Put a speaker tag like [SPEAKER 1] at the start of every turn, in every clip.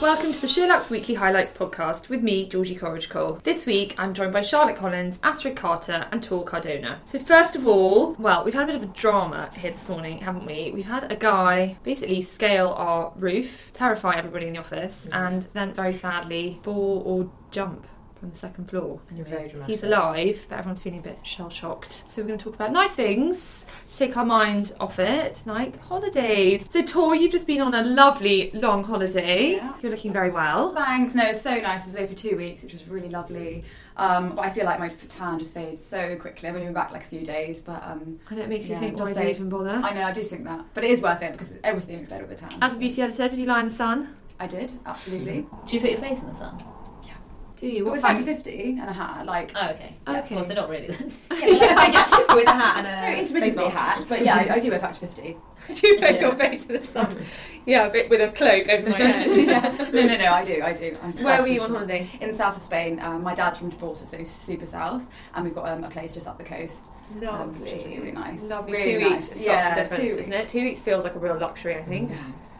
[SPEAKER 1] Welcome to the Sherlock's Weekly Highlights podcast with me, Georgie Corridge Cole. This week I'm joined by Charlotte Collins, Astrid Carter, and Tor Cardona. So, first of all, well, we've had a bit of a drama here this morning, haven't we? We've had a guy basically scale our roof, terrify everybody in the office, and then very sadly fall or jump. From the second floor.
[SPEAKER 2] You're very dramatic.
[SPEAKER 1] He's alive, but everyone's feeling a bit shell shocked. So we're going to talk about nice things to take our mind off it, like holidays. So Tor, you've just been on a lovely long holiday.
[SPEAKER 3] Yeah.
[SPEAKER 1] You're looking very well.
[SPEAKER 3] Thanks. No, it's so nice. I was away for two weeks, which was really lovely. Um, but I feel like my tan just fades so quickly. I've only been back like a few days, but um,
[SPEAKER 1] And it makes you
[SPEAKER 3] Yeah,
[SPEAKER 1] think,
[SPEAKER 3] just
[SPEAKER 1] why do you
[SPEAKER 3] stay-
[SPEAKER 1] even bother?
[SPEAKER 3] I know I do think that. But it is worth it because everything looks better with the tan.
[SPEAKER 1] As a beauty editor, did you lie in the sun?
[SPEAKER 3] I did, absolutely.
[SPEAKER 1] Mm-hmm.
[SPEAKER 4] Do you put your face in the sun?
[SPEAKER 1] Do you?
[SPEAKER 3] But with
[SPEAKER 1] fact-
[SPEAKER 3] 50 50 and a hat, like.
[SPEAKER 1] Uh,
[SPEAKER 4] Oh, okay.
[SPEAKER 1] Okay.
[SPEAKER 4] Well, so not really then.
[SPEAKER 2] with
[SPEAKER 3] No,
[SPEAKER 2] a hat and a face
[SPEAKER 3] intermittently a
[SPEAKER 2] mask.
[SPEAKER 3] hat, but yeah, I, I do wear factor 50.
[SPEAKER 1] do you put
[SPEAKER 2] Yeah.
[SPEAKER 1] your face in the sun? Yeah, but with a cloak over my head.
[SPEAKER 3] yeah. No, no, no, I do, I do. I'm
[SPEAKER 1] Where were you on holiday?
[SPEAKER 3] In the south of Spain. Um, my dad's from Gibraltar, so super south, and we've got um, a place just up the coast. Lovely.
[SPEAKER 1] Lovely.
[SPEAKER 3] Really nice.
[SPEAKER 1] Lovely.
[SPEAKER 3] Really
[SPEAKER 1] two
[SPEAKER 3] nice.
[SPEAKER 1] weeks is such
[SPEAKER 3] Yeah,
[SPEAKER 1] a difference,
[SPEAKER 3] two
[SPEAKER 1] isn't it? Two weeks feels like a real luxury, I
[SPEAKER 2] Mm.
[SPEAKER 1] think.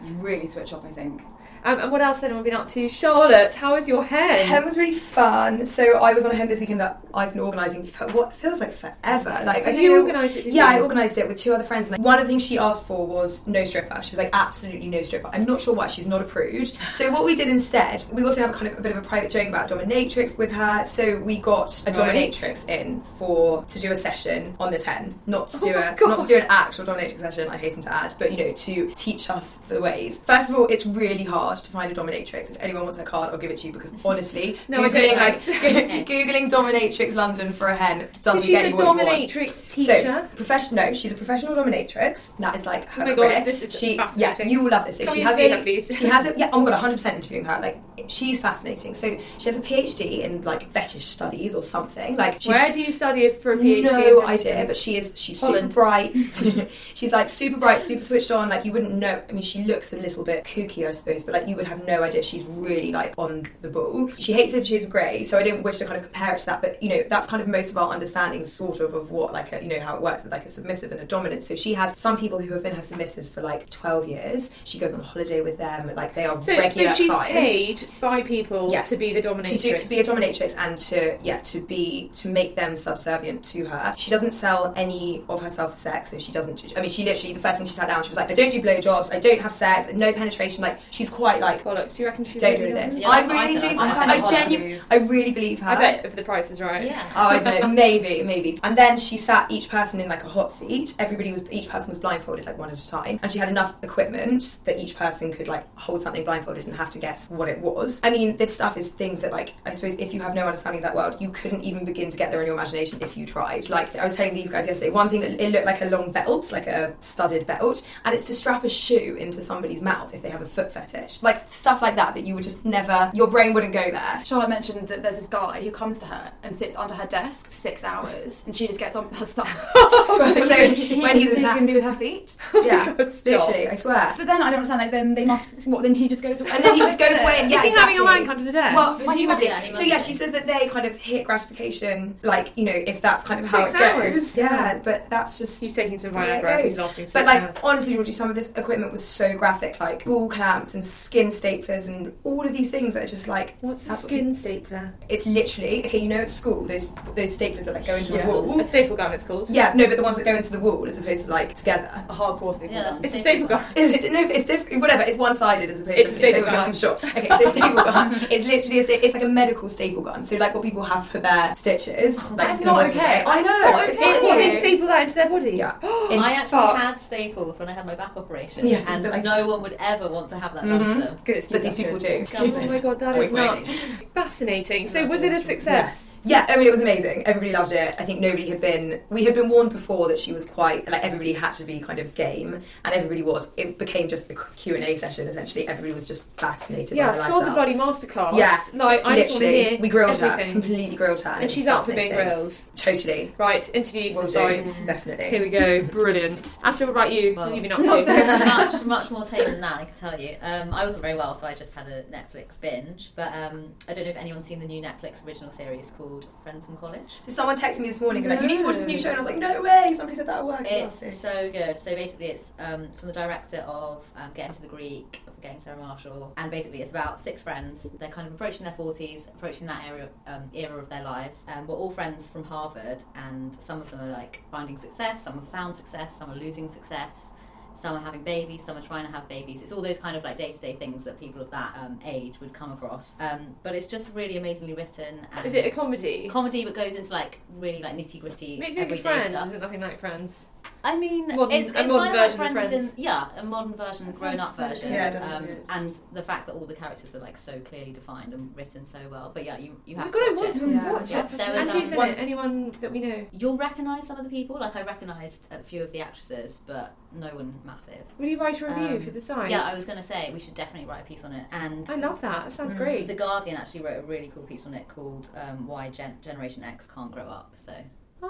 [SPEAKER 3] You really switch off, I think.
[SPEAKER 1] Um, and what else then have we been up to? Charlotte, how is your hair?
[SPEAKER 2] Hem was really fun. So I was on a hem this weekend that I've been organising for what feels like forever. Like I don't
[SPEAKER 1] you
[SPEAKER 2] know.
[SPEAKER 1] organised it, did
[SPEAKER 2] yeah, I
[SPEAKER 1] you?
[SPEAKER 2] organised it with two other friends. And one of the things she asked for was no stripper. She was like, absolutely no stripper. I'm not sure why she's not approved. So what we did instead, we also have a kind of a bit of a private joke about dominatrix with her. So we got a
[SPEAKER 1] Right.
[SPEAKER 2] dominatrix in for to do a session on this hen, not to
[SPEAKER 1] Oh my
[SPEAKER 2] do a not to do
[SPEAKER 1] God.
[SPEAKER 2] an actual dominatrix session. I hasten to add, but you know to teach us the ways. First of all, it's really hard to find a dominatrix. If anyone wants her card, I'll give it to you because honestly,
[SPEAKER 1] No, I don't
[SPEAKER 2] googling
[SPEAKER 1] like-
[SPEAKER 2] like googling dominatrix London for a hen
[SPEAKER 1] So
[SPEAKER 2] doesn't
[SPEAKER 1] she's
[SPEAKER 2] get
[SPEAKER 1] a
[SPEAKER 2] you what you want.
[SPEAKER 1] dominatrix teacher.
[SPEAKER 2] So, professional. No, she's a professional dominatrix. That is like her
[SPEAKER 1] Oh my
[SPEAKER 2] career.
[SPEAKER 1] God, this is
[SPEAKER 2] she,
[SPEAKER 1] fascinating.
[SPEAKER 2] Yeah, you will love this. So
[SPEAKER 1] Come
[SPEAKER 2] she
[SPEAKER 1] in
[SPEAKER 2] has
[SPEAKER 1] here,
[SPEAKER 2] a,
[SPEAKER 1] please.
[SPEAKER 2] she has a, yeah. Oh my god, 100 percent interviewing her. Like, she's fascinating. So she has a PhD in like fetish studies or something. Like, she's
[SPEAKER 1] Where do you study for a PhD?
[SPEAKER 2] no
[SPEAKER 1] in
[SPEAKER 2] idea, but she is she's
[SPEAKER 1] Holland.
[SPEAKER 2] super bright. she's like super bright, super switched on. Like you wouldn't know. I mean, she looks a little bit kooky, I suppose, but like you would have no idea she's really like on the ball. She hates Fifty Shades of Grey, so I don't wish to kind of compare it to that. But you know, that's kind of most of our understanding, sort of, of what like a, you know how it works with like a submissive and a dominant. So she has some people who have been her submissives for like twelve years. She goes on holiday with them. Like they are
[SPEAKER 1] so,
[SPEAKER 2] regular
[SPEAKER 1] so she's
[SPEAKER 2] clients
[SPEAKER 1] paid by people
[SPEAKER 2] Yes.
[SPEAKER 1] to be the
[SPEAKER 2] to,
[SPEAKER 1] dominatrix.
[SPEAKER 2] do, to be a dominatrix and to yeah to be to make them subservient to her. She doesn't sell any of herself for sex, so she doesn't. I mean, she literally the first thing she sat down, she was like, "I don't do blowjobs, I don't have sex, no penetration." Like she's quite like,
[SPEAKER 1] Bollocks, do you reckon she
[SPEAKER 2] "Don't do
[SPEAKER 1] really
[SPEAKER 2] this."
[SPEAKER 1] doesn't?
[SPEAKER 4] Yeah,
[SPEAKER 2] I
[SPEAKER 4] that's what I
[SPEAKER 2] really
[SPEAKER 4] said.
[SPEAKER 2] do.
[SPEAKER 4] I
[SPEAKER 3] kind
[SPEAKER 2] I
[SPEAKER 3] of
[SPEAKER 2] genuinely, I really believe her.
[SPEAKER 1] I bet if the price is right.
[SPEAKER 4] yeah.
[SPEAKER 2] Oh, I don't know. Maybe, maybe. And then she sat each person in like a hot seat. Everybody was each person was blindfolded like one at a time, and she had enough equipment that each person could like hold something blindfolded and have to guess what it was. I mean, this stuff is things that like I suppose if you have no understanding of that world, you couldn't even begin to get there in your imagination if you tried. Like I was telling these guys yesterday, one thing that it looked like a long belt, like a studded belt, and it's to strap a shoe into somebody's mouth if they have a foot fetish. Like stuff like that that you would just never, your brain wouldn't go there.
[SPEAKER 3] Charlotte mentioned that there's this guy who comes to her and sits under her desk for six hours, and she just gets on with her stuff.
[SPEAKER 2] so when he's
[SPEAKER 3] he
[SPEAKER 2] attacked,
[SPEAKER 3] can do with her feet.
[SPEAKER 2] yeah.
[SPEAKER 1] Oh God, stop.
[SPEAKER 2] Literally, I swear.
[SPEAKER 3] But then I don't understand. Like then they must. What then he just goes away.
[SPEAKER 2] And then he just goes away and
[SPEAKER 1] Is
[SPEAKER 2] yeah,
[SPEAKER 1] he having a
[SPEAKER 2] exactly.
[SPEAKER 1] wank under the desk?
[SPEAKER 3] Well,
[SPEAKER 2] Presumably.
[SPEAKER 4] Yeah, he
[SPEAKER 2] so
[SPEAKER 4] must
[SPEAKER 2] yeah,
[SPEAKER 4] be.
[SPEAKER 2] she says that they kind of hit gratification, like you know, if that's kind of how
[SPEAKER 1] Six
[SPEAKER 2] it
[SPEAKER 1] hours.
[SPEAKER 2] goes. Yeah, but that's just.
[SPEAKER 1] he's taking some
[SPEAKER 2] the way it
[SPEAKER 1] Viagra. if He's
[SPEAKER 2] goes.
[SPEAKER 1] lasting. six
[SPEAKER 2] But like
[SPEAKER 1] hours.
[SPEAKER 2] honestly, Georgie, some of this equipment was so graphic, like ball clamps and skin staplers and all of these things that are just like
[SPEAKER 1] what's a
[SPEAKER 2] that's what
[SPEAKER 1] skin stapler?
[SPEAKER 2] it's literally okay. You know, at school, those those staplers that like go into
[SPEAKER 3] Yeah.
[SPEAKER 2] the wall.
[SPEAKER 1] A staple gun, it's called.
[SPEAKER 2] Yeah, no, but the ones that go into the wall as opposed to like together.
[SPEAKER 3] a hardcore super.
[SPEAKER 4] Yeah, that's-
[SPEAKER 1] It's a staple gun.
[SPEAKER 2] Is it? No, it's different. Whatever. It's one-sided as opposed
[SPEAKER 1] It's
[SPEAKER 2] to
[SPEAKER 1] a staple gun.
[SPEAKER 2] I'm sure. Okay, so staple gun. It's literally a sta- it's like a medical staple gun. So like what people have for their stitches.
[SPEAKER 1] Oh,
[SPEAKER 2] like,
[SPEAKER 4] that's
[SPEAKER 2] you can
[SPEAKER 4] not
[SPEAKER 2] imagine
[SPEAKER 4] okay.
[SPEAKER 2] it. I
[SPEAKER 4] That's
[SPEAKER 2] know.
[SPEAKER 4] not
[SPEAKER 2] It's
[SPEAKER 4] okay.
[SPEAKER 2] not
[SPEAKER 1] It, well, they
[SPEAKER 2] okay.
[SPEAKER 1] staple that into their body.
[SPEAKER 2] Yeah.
[SPEAKER 1] It's
[SPEAKER 4] I actually
[SPEAKER 1] fuck.
[SPEAKER 4] had staples when I had my back operation,
[SPEAKER 2] Yes,
[SPEAKER 4] and
[SPEAKER 2] but like-
[SPEAKER 4] no one would ever want to have that done
[SPEAKER 2] Mhm.
[SPEAKER 4] to them.
[SPEAKER 1] Good excuse.
[SPEAKER 2] But these people do.
[SPEAKER 1] Oh my god, that is
[SPEAKER 2] Wait, wait.
[SPEAKER 1] nuts. Fascinating. So, was it a success?
[SPEAKER 2] Yeah, I mean it was amazing. Everybody loved it. I think nobody had been. We had been warned before that she was quite like everybody had to be kind of game, and everybody was. It became just the Q and A session essentially. Everybody was just fascinated.
[SPEAKER 1] Yeah,
[SPEAKER 2] by
[SPEAKER 1] I
[SPEAKER 2] her
[SPEAKER 1] saw the
[SPEAKER 2] lifestyle.
[SPEAKER 1] bloody masterclass.
[SPEAKER 2] Yeah,
[SPEAKER 1] like I just want to
[SPEAKER 2] Literally,
[SPEAKER 1] hear
[SPEAKER 2] we grilled her,
[SPEAKER 1] everything.
[SPEAKER 2] completely grilled her, and,
[SPEAKER 1] and
[SPEAKER 2] it
[SPEAKER 1] she's
[SPEAKER 2] was
[SPEAKER 1] up for being
[SPEAKER 2] fascinating.
[SPEAKER 1] grilled.
[SPEAKER 2] Totally,
[SPEAKER 1] Right, interview for
[SPEAKER 2] will do.
[SPEAKER 1] sites.
[SPEAKER 2] Definitely.
[SPEAKER 1] Here we go. Brilliant. Astrid, what about you? what have you been up
[SPEAKER 4] Well,
[SPEAKER 1] to?
[SPEAKER 4] much, much more tame than that, I can tell you. Um, I wasn't very well, so I just had a Netflix binge. But um, I don't know if anyone's seen the new Netflix original series called called Friends from College.
[SPEAKER 2] So someone texted me this morning, like, you need to watch this new show, and I was like, no way, somebody said that at work. and I'll see.
[SPEAKER 4] It's so good. So basically, it's um, from the director of um, Getting to the Greek, of Getting Sarah Marshall, and basically it's about six friends. They're kind of approaching their forties, approaching that area um, era of their lives. Um, we're all friends from Harvard, and some of them are like finding success, some have found success, some are losing success. Some are having babies, some are trying to have babies. It's all those kind of like day to day things that people of that um, age would come across. Um, but it's just really amazingly written. And
[SPEAKER 1] Is it a comedy?
[SPEAKER 4] comedy, but goes into like really like nitty gritty
[SPEAKER 1] Makes me think
[SPEAKER 4] everyday
[SPEAKER 1] friends.
[SPEAKER 4] stuff?
[SPEAKER 1] Isn't nothing like friends?
[SPEAKER 4] I mean,
[SPEAKER 1] Modern-
[SPEAKER 4] it's,
[SPEAKER 1] a
[SPEAKER 4] it's
[SPEAKER 1] modern
[SPEAKER 4] kind of like
[SPEAKER 1] version of
[SPEAKER 4] friends,
[SPEAKER 1] Friends.
[SPEAKER 4] in yeah, a modern version,
[SPEAKER 3] That
[SPEAKER 4] grown up
[SPEAKER 3] sounds so
[SPEAKER 4] version. Um,
[SPEAKER 3] good.
[SPEAKER 2] Yeah, it does sound good.
[SPEAKER 4] and the fact that all the characters are like so clearly defined and written so well. But yeah, you you
[SPEAKER 1] Oh my
[SPEAKER 4] have.
[SPEAKER 1] god,
[SPEAKER 4] to
[SPEAKER 1] I
[SPEAKER 4] watch
[SPEAKER 1] want
[SPEAKER 4] it.
[SPEAKER 1] to
[SPEAKER 3] Yeah.
[SPEAKER 1] watch
[SPEAKER 4] Yeah,
[SPEAKER 1] it.
[SPEAKER 4] there
[SPEAKER 1] and
[SPEAKER 4] was, um,
[SPEAKER 1] who's in
[SPEAKER 4] one-
[SPEAKER 1] it? Anyone that we know?
[SPEAKER 4] You'll recognise some of the people. Like I recognised a few of the actresses, but no one massive.
[SPEAKER 1] Will you write a review
[SPEAKER 4] Um,
[SPEAKER 1] for the site?
[SPEAKER 4] Yeah, I was gonna say we should definitely write a piece on it. And
[SPEAKER 1] I love that. That sounds
[SPEAKER 2] Mm.
[SPEAKER 1] great.
[SPEAKER 4] the Guardian actually wrote a really cool piece on it called um, "Why Gen- Generation X Can't Grow Up." So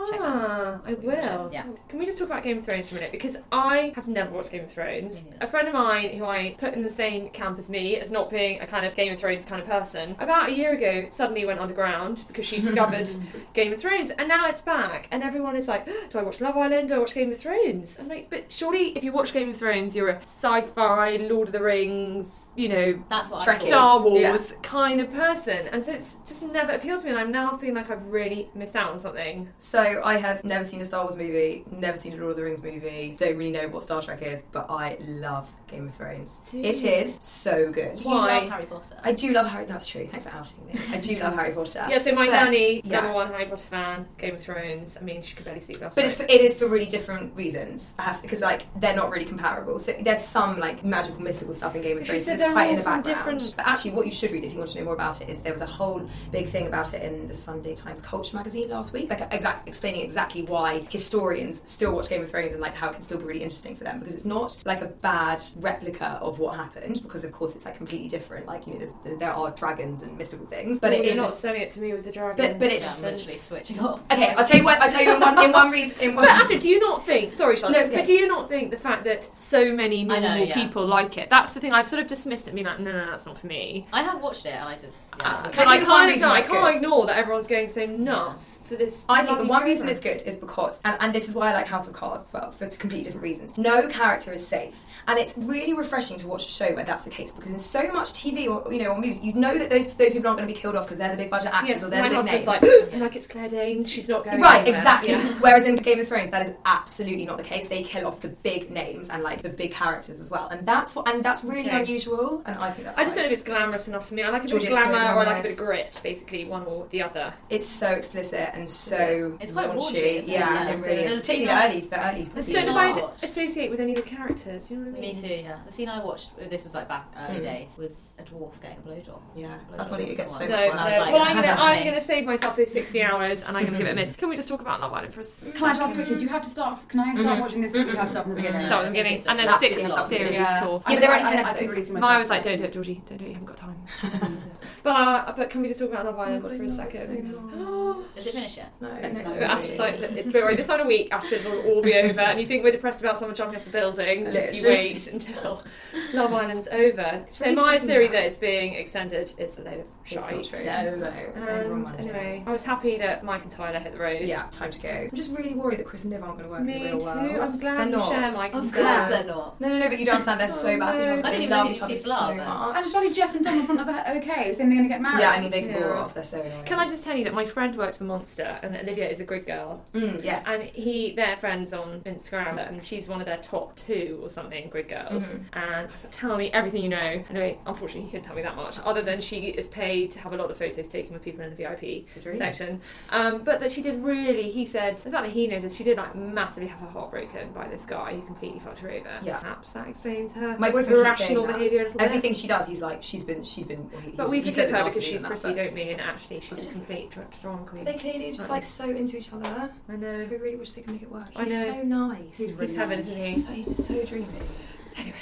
[SPEAKER 4] check
[SPEAKER 1] Ah, I
[SPEAKER 4] What you
[SPEAKER 1] will.
[SPEAKER 4] just- yeah.
[SPEAKER 1] Can we just talk about Game of Thrones for a minute? Because I have never watched Game of Thrones.
[SPEAKER 4] Me neither.
[SPEAKER 1] A friend of mine who I put in the same camp as me as not being a kind of Game of Thrones kind of person, about a year ago suddenly went underground because she discovered Game of Thrones and now it's back and everyone is like, Do I watch Love Island? Do I watch Game of Thrones? I'm like, but surely if you watch Game of Thrones you're a sci fi, Lord of the Rings, you know,
[SPEAKER 4] that's what I
[SPEAKER 2] Trek it.
[SPEAKER 4] thought.
[SPEAKER 1] Star Wars
[SPEAKER 2] Yeah.
[SPEAKER 1] kind of person. And so it's just never appealed to me and I'm now feeling like I've really missed out on something.
[SPEAKER 2] So I have never seen a Star Wars movie, never seen a Lord of the Rings movie. Don't really know what Star Trek is, but I love Game of Thrones.
[SPEAKER 1] Do
[SPEAKER 2] It
[SPEAKER 1] you?
[SPEAKER 2] is so good.
[SPEAKER 4] Do you love
[SPEAKER 1] Why?
[SPEAKER 4] Harry Potter?
[SPEAKER 2] I do love Harry. That's true. Thanks for outing me. I do love Harry Potter.
[SPEAKER 1] Yeah, so my
[SPEAKER 2] But-
[SPEAKER 1] nanny,
[SPEAKER 2] yeah.
[SPEAKER 1] number one Harry Potter fan, Game of Thrones. I mean, she could barely sleep last
[SPEAKER 2] But
[SPEAKER 1] night.
[SPEAKER 2] it's for, it is for really different reasons. I have to because like they're not really comparable. So there's some like magical mystical stuff in Game of
[SPEAKER 1] She
[SPEAKER 2] Thrones
[SPEAKER 1] said
[SPEAKER 2] that's
[SPEAKER 1] they're
[SPEAKER 2] quite in the
[SPEAKER 1] all from
[SPEAKER 2] background.
[SPEAKER 1] different-
[SPEAKER 2] But actually, what you should read if you want to know more about it is there was a whole big thing about it in the Sunday Times Culture magazine last week, like exact explaining exactly why historians still watch Game of Thrones and like how it can still be really interesting for them because it's not like a bad replica of what happened because of course it's like completely different. Like you know, there's, there are dragons and mystical things, but
[SPEAKER 1] Well,
[SPEAKER 2] it
[SPEAKER 1] you're
[SPEAKER 2] is
[SPEAKER 1] not selling it to me with the dragon.
[SPEAKER 2] But- but
[SPEAKER 4] yeah,
[SPEAKER 2] it's-
[SPEAKER 4] I'm literally switching off.
[SPEAKER 2] okay. I'll tell you what. I'll tell you in one in one reason. In one
[SPEAKER 1] But actually, do you not think? Sorry, Charlotte.
[SPEAKER 2] No, it's
[SPEAKER 1] But
[SPEAKER 2] okay.
[SPEAKER 1] do you not think the fact that so many
[SPEAKER 4] I know,
[SPEAKER 1] normal
[SPEAKER 4] yeah.
[SPEAKER 1] people like it? That's the thing. I've sort of dismissed it, being like, no, no, that's not for me.
[SPEAKER 4] I have watched it, and I just yeah.
[SPEAKER 1] Uh,
[SPEAKER 2] Can
[SPEAKER 1] but
[SPEAKER 2] I
[SPEAKER 1] I
[SPEAKER 2] say the one
[SPEAKER 1] can't,
[SPEAKER 2] reason
[SPEAKER 1] ignore,
[SPEAKER 2] why
[SPEAKER 1] I
[SPEAKER 2] it's
[SPEAKER 1] can't
[SPEAKER 2] good?
[SPEAKER 1] ignore that everyone's going so nuts for this.
[SPEAKER 2] I think the
[SPEAKER 1] bloody
[SPEAKER 2] one reason
[SPEAKER 1] program.
[SPEAKER 2] it's good is because, and, and this is why I like House of Cards as well, for completely different reasons. No character is safe, and it's really refreshing to watch a show where that's the case because in so much TV or you know or movies, you know that those those people aren't going to be killed off because they're the big budget actors
[SPEAKER 1] Yes,
[SPEAKER 2] or they're
[SPEAKER 1] my
[SPEAKER 2] the big names.
[SPEAKER 1] husband's like, I'm like it's Claire Danes. She's not going.
[SPEAKER 2] Right,
[SPEAKER 1] anywhere."
[SPEAKER 2] exactly.
[SPEAKER 1] Yeah.
[SPEAKER 2] Whereas in Game of Thrones, that is absolutely not the case. They kill off the big names and like the big characters as well, and that's what and that's really
[SPEAKER 1] Okay.
[SPEAKER 2] unusual. And I think that's
[SPEAKER 1] I just
[SPEAKER 2] why.
[SPEAKER 1] don't know if it's glamorous enough for me. I like a bit of
[SPEAKER 2] Georgia's so
[SPEAKER 1] glamour or I like a bit
[SPEAKER 2] glamorous.
[SPEAKER 1] of grit, basically, one or the other.
[SPEAKER 2] it's so explicit and so
[SPEAKER 4] It's quite
[SPEAKER 2] raunchy.
[SPEAKER 4] raunchy, isn't it?
[SPEAKER 2] yeah,
[SPEAKER 4] Yeah.
[SPEAKER 2] it really is.
[SPEAKER 4] There's a
[SPEAKER 2] Particularly
[SPEAKER 4] scene
[SPEAKER 2] the
[SPEAKER 4] like-
[SPEAKER 2] early, the early.
[SPEAKER 1] I just
[SPEAKER 4] It's
[SPEAKER 1] don't
[SPEAKER 2] seasons.
[SPEAKER 1] know if I'd
[SPEAKER 4] not.
[SPEAKER 1] associate with any of the characters. You know what I mean?
[SPEAKER 4] Me too, yeah. The scene I watched, uh, this was like back early
[SPEAKER 2] Mm.
[SPEAKER 4] days, was a dwarf getting a blowjob.
[SPEAKER 2] Yeah,
[SPEAKER 4] Like,
[SPEAKER 2] that's what it gets so
[SPEAKER 1] No,
[SPEAKER 4] No,
[SPEAKER 1] no.
[SPEAKER 2] much worse.
[SPEAKER 4] like-
[SPEAKER 1] uh, Well, I'm gonna, I'm
[SPEAKER 4] Okay.
[SPEAKER 1] gonna save myself those 60 hours, and I'm gonna give it a miss. Can we just talk about Love Island for a second?
[SPEAKER 3] Can I just ask quickly? Do you have to start? Can I start
[SPEAKER 2] Mhm.
[SPEAKER 3] watching this? You have to start from the beginning.
[SPEAKER 1] Mm-hmm. Start at the
[SPEAKER 4] I think
[SPEAKER 1] beginning,
[SPEAKER 4] it's
[SPEAKER 1] and then
[SPEAKER 2] a-
[SPEAKER 1] six
[SPEAKER 2] Absolutely.
[SPEAKER 1] series talk.
[SPEAKER 2] Yeah, but there are only
[SPEAKER 3] I-
[SPEAKER 2] 10
[SPEAKER 3] I- I can
[SPEAKER 2] episodes.
[SPEAKER 3] really see
[SPEAKER 1] And I
[SPEAKER 3] myself.
[SPEAKER 1] was like, don't do it, Georgie. Don't do it. You haven't got time. but uh, but can we just talk about Love Island
[SPEAKER 2] Oh God, I
[SPEAKER 1] for a
[SPEAKER 2] know, it's
[SPEAKER 1] second?
[SPEAKER 2] so
[SPEAKER 4] Is it finished yet?
[SPEAKER 2] No,
[SPEAKER 3] Thanks,
[SPEAKER 2] no,
[SPEAKER 1] But
[SPEAKER 3] Mum.
[SPEAKER 1] Astrid's like, don't worry, this time a week, Astrid will all be over, and you think we're depressed about someone jumping off the building, just you
[SPEAKER 2] Literally.
[SPEAKER 1] wait until Love Island's over.
[SPEAKER 2] It's
[SPEAKER 1] So
[SPEAKER 2] really
[SPEAKER 1] my
[SPEAKER 2] stressing
[SPEAKER 1] theory
[SPEAKER 2] me out.
[SPEAKER 1] that it's being extended is a load of
[SPEAKER 2] it's not
[SPEAKER 1] shite.
[SPEAKER 2] true.
[SPEAKER 3] No.
[SPEAKER 2] No, it's over on
[SPEAKER 1] And
[SPEAKER 2] Monday.
[SPEAKER 1] anyway, I was happy that Mike and Tyler hit the road.
[SPEAKER 2] Yeah, time to go. I'm just really worried that Chris and Liv aren't going to work in
[SPEAKER 1] Me
[SPEAKER 2] the real
[SPEAKER 1] too.
[SPEAKER 2] world.
[SPEAKER 1] I'm glad
[SPEAKER 2] They're
[SPEAKER 1] you
[SPEAKER 2] not.
[SPEAKER 1] share Mike and
[SPEAKER 4] Of course
[SPEAKER 2] course
[SPEAKER 1] Claire.
[SPEAKER 2] they're
[SPEAKER 4] they're not.
[SPEAKER 2] No, no, no, but you don't understand. They're so bad for each
[SPEAKER 1] no.
[SPEAKER 2] other.
[SPEAKER 1] I
[SPEAKER 4] didn't
[SPEAKER 2] They
[SPEAKER 4] even
[SPEAKER 2] love
[SPEAKER 4] know
[SPEAKER 2] each
[SPEAKER 4] these
[SPEAKER 2] other
[SPEAKER 4] people
[SPEAKER 2] so
[SPEAKER 4] are, but-
[SPEAKER 2] much.
[SPEAKER 3] And bloody Jess and Dom in front of her. Okay, so they're going to get married.
[SPEAKER 2] Yeah, I mean, they can bore
[SPEAKER 1] Yeah.
[SPEAKER 2] off. They're so annoying.
[SPEAKER 1] Can I just tell you that my friend works for Monster and Olivia is a good girl
[SPEAKER 2] Mm, yes.
[SPEAKER 1] and he they're friends on Instagram and she's one of their top two or something grid girls
[SPEAKER 2] Mm-hmm.
[SPEAKER 1] and I was like tell me everything you know anyway unfortunately he couldn't tell me that much other than she is paid to have a lot of photos taken with people in the VIP
[SPEAKER 2] The dream.
[SPEAKER 1] section um, but that she did really he said the fact that he knows this she did like massively have her heart broken by this guy who completely fucked her over
[SPEAKER 2] Yeah.
[SPEAKER 1] perhaps that explains her
[SPEAKER 2] My boyfriend keeps saying
[SPEAKER 1] irrational
[SPEAKER 2] that.
[SPEAKER 1] behaviour a little bit
[SPEAKER 2] Everything she does, he's like, she's been, she's been. well, he-
[SPEAKER 1] but
[SPEAKER 2] he's-
[SPEAKER 1] we
[SPEAKER 2] he
[SPEAKER 1] forgive
[SPEAKER 2] says it
[SPEAKER 1] her
[SPEAKER 2] nasty
[SPEAKER 1] because she's
[SPEAKER 2] and that,
[SPEAKER 1] pretty,
[SPEAKER 2] but-
[SPEAKER 1] don't we? And actually, she's
[SPEAKER 2] Just-
[SPEAKER 1] a complete dr- drama queen.
[SPEAKER 2] They clearly just like so into each other.
[SPEAKER 1] I know.
[SPEAKER 2] So we really wish they could make it work.
[SPEAKER 1] I
[SPEAKER 2] He's
[SPEAKER 1] know.
[SPEAKER 2] so nice.
[SPEAKER 1] He's heaven, isn't he?
[SPEAKER 2] He's so, he's so dreamy.
[SPEAKER 1] Anyway,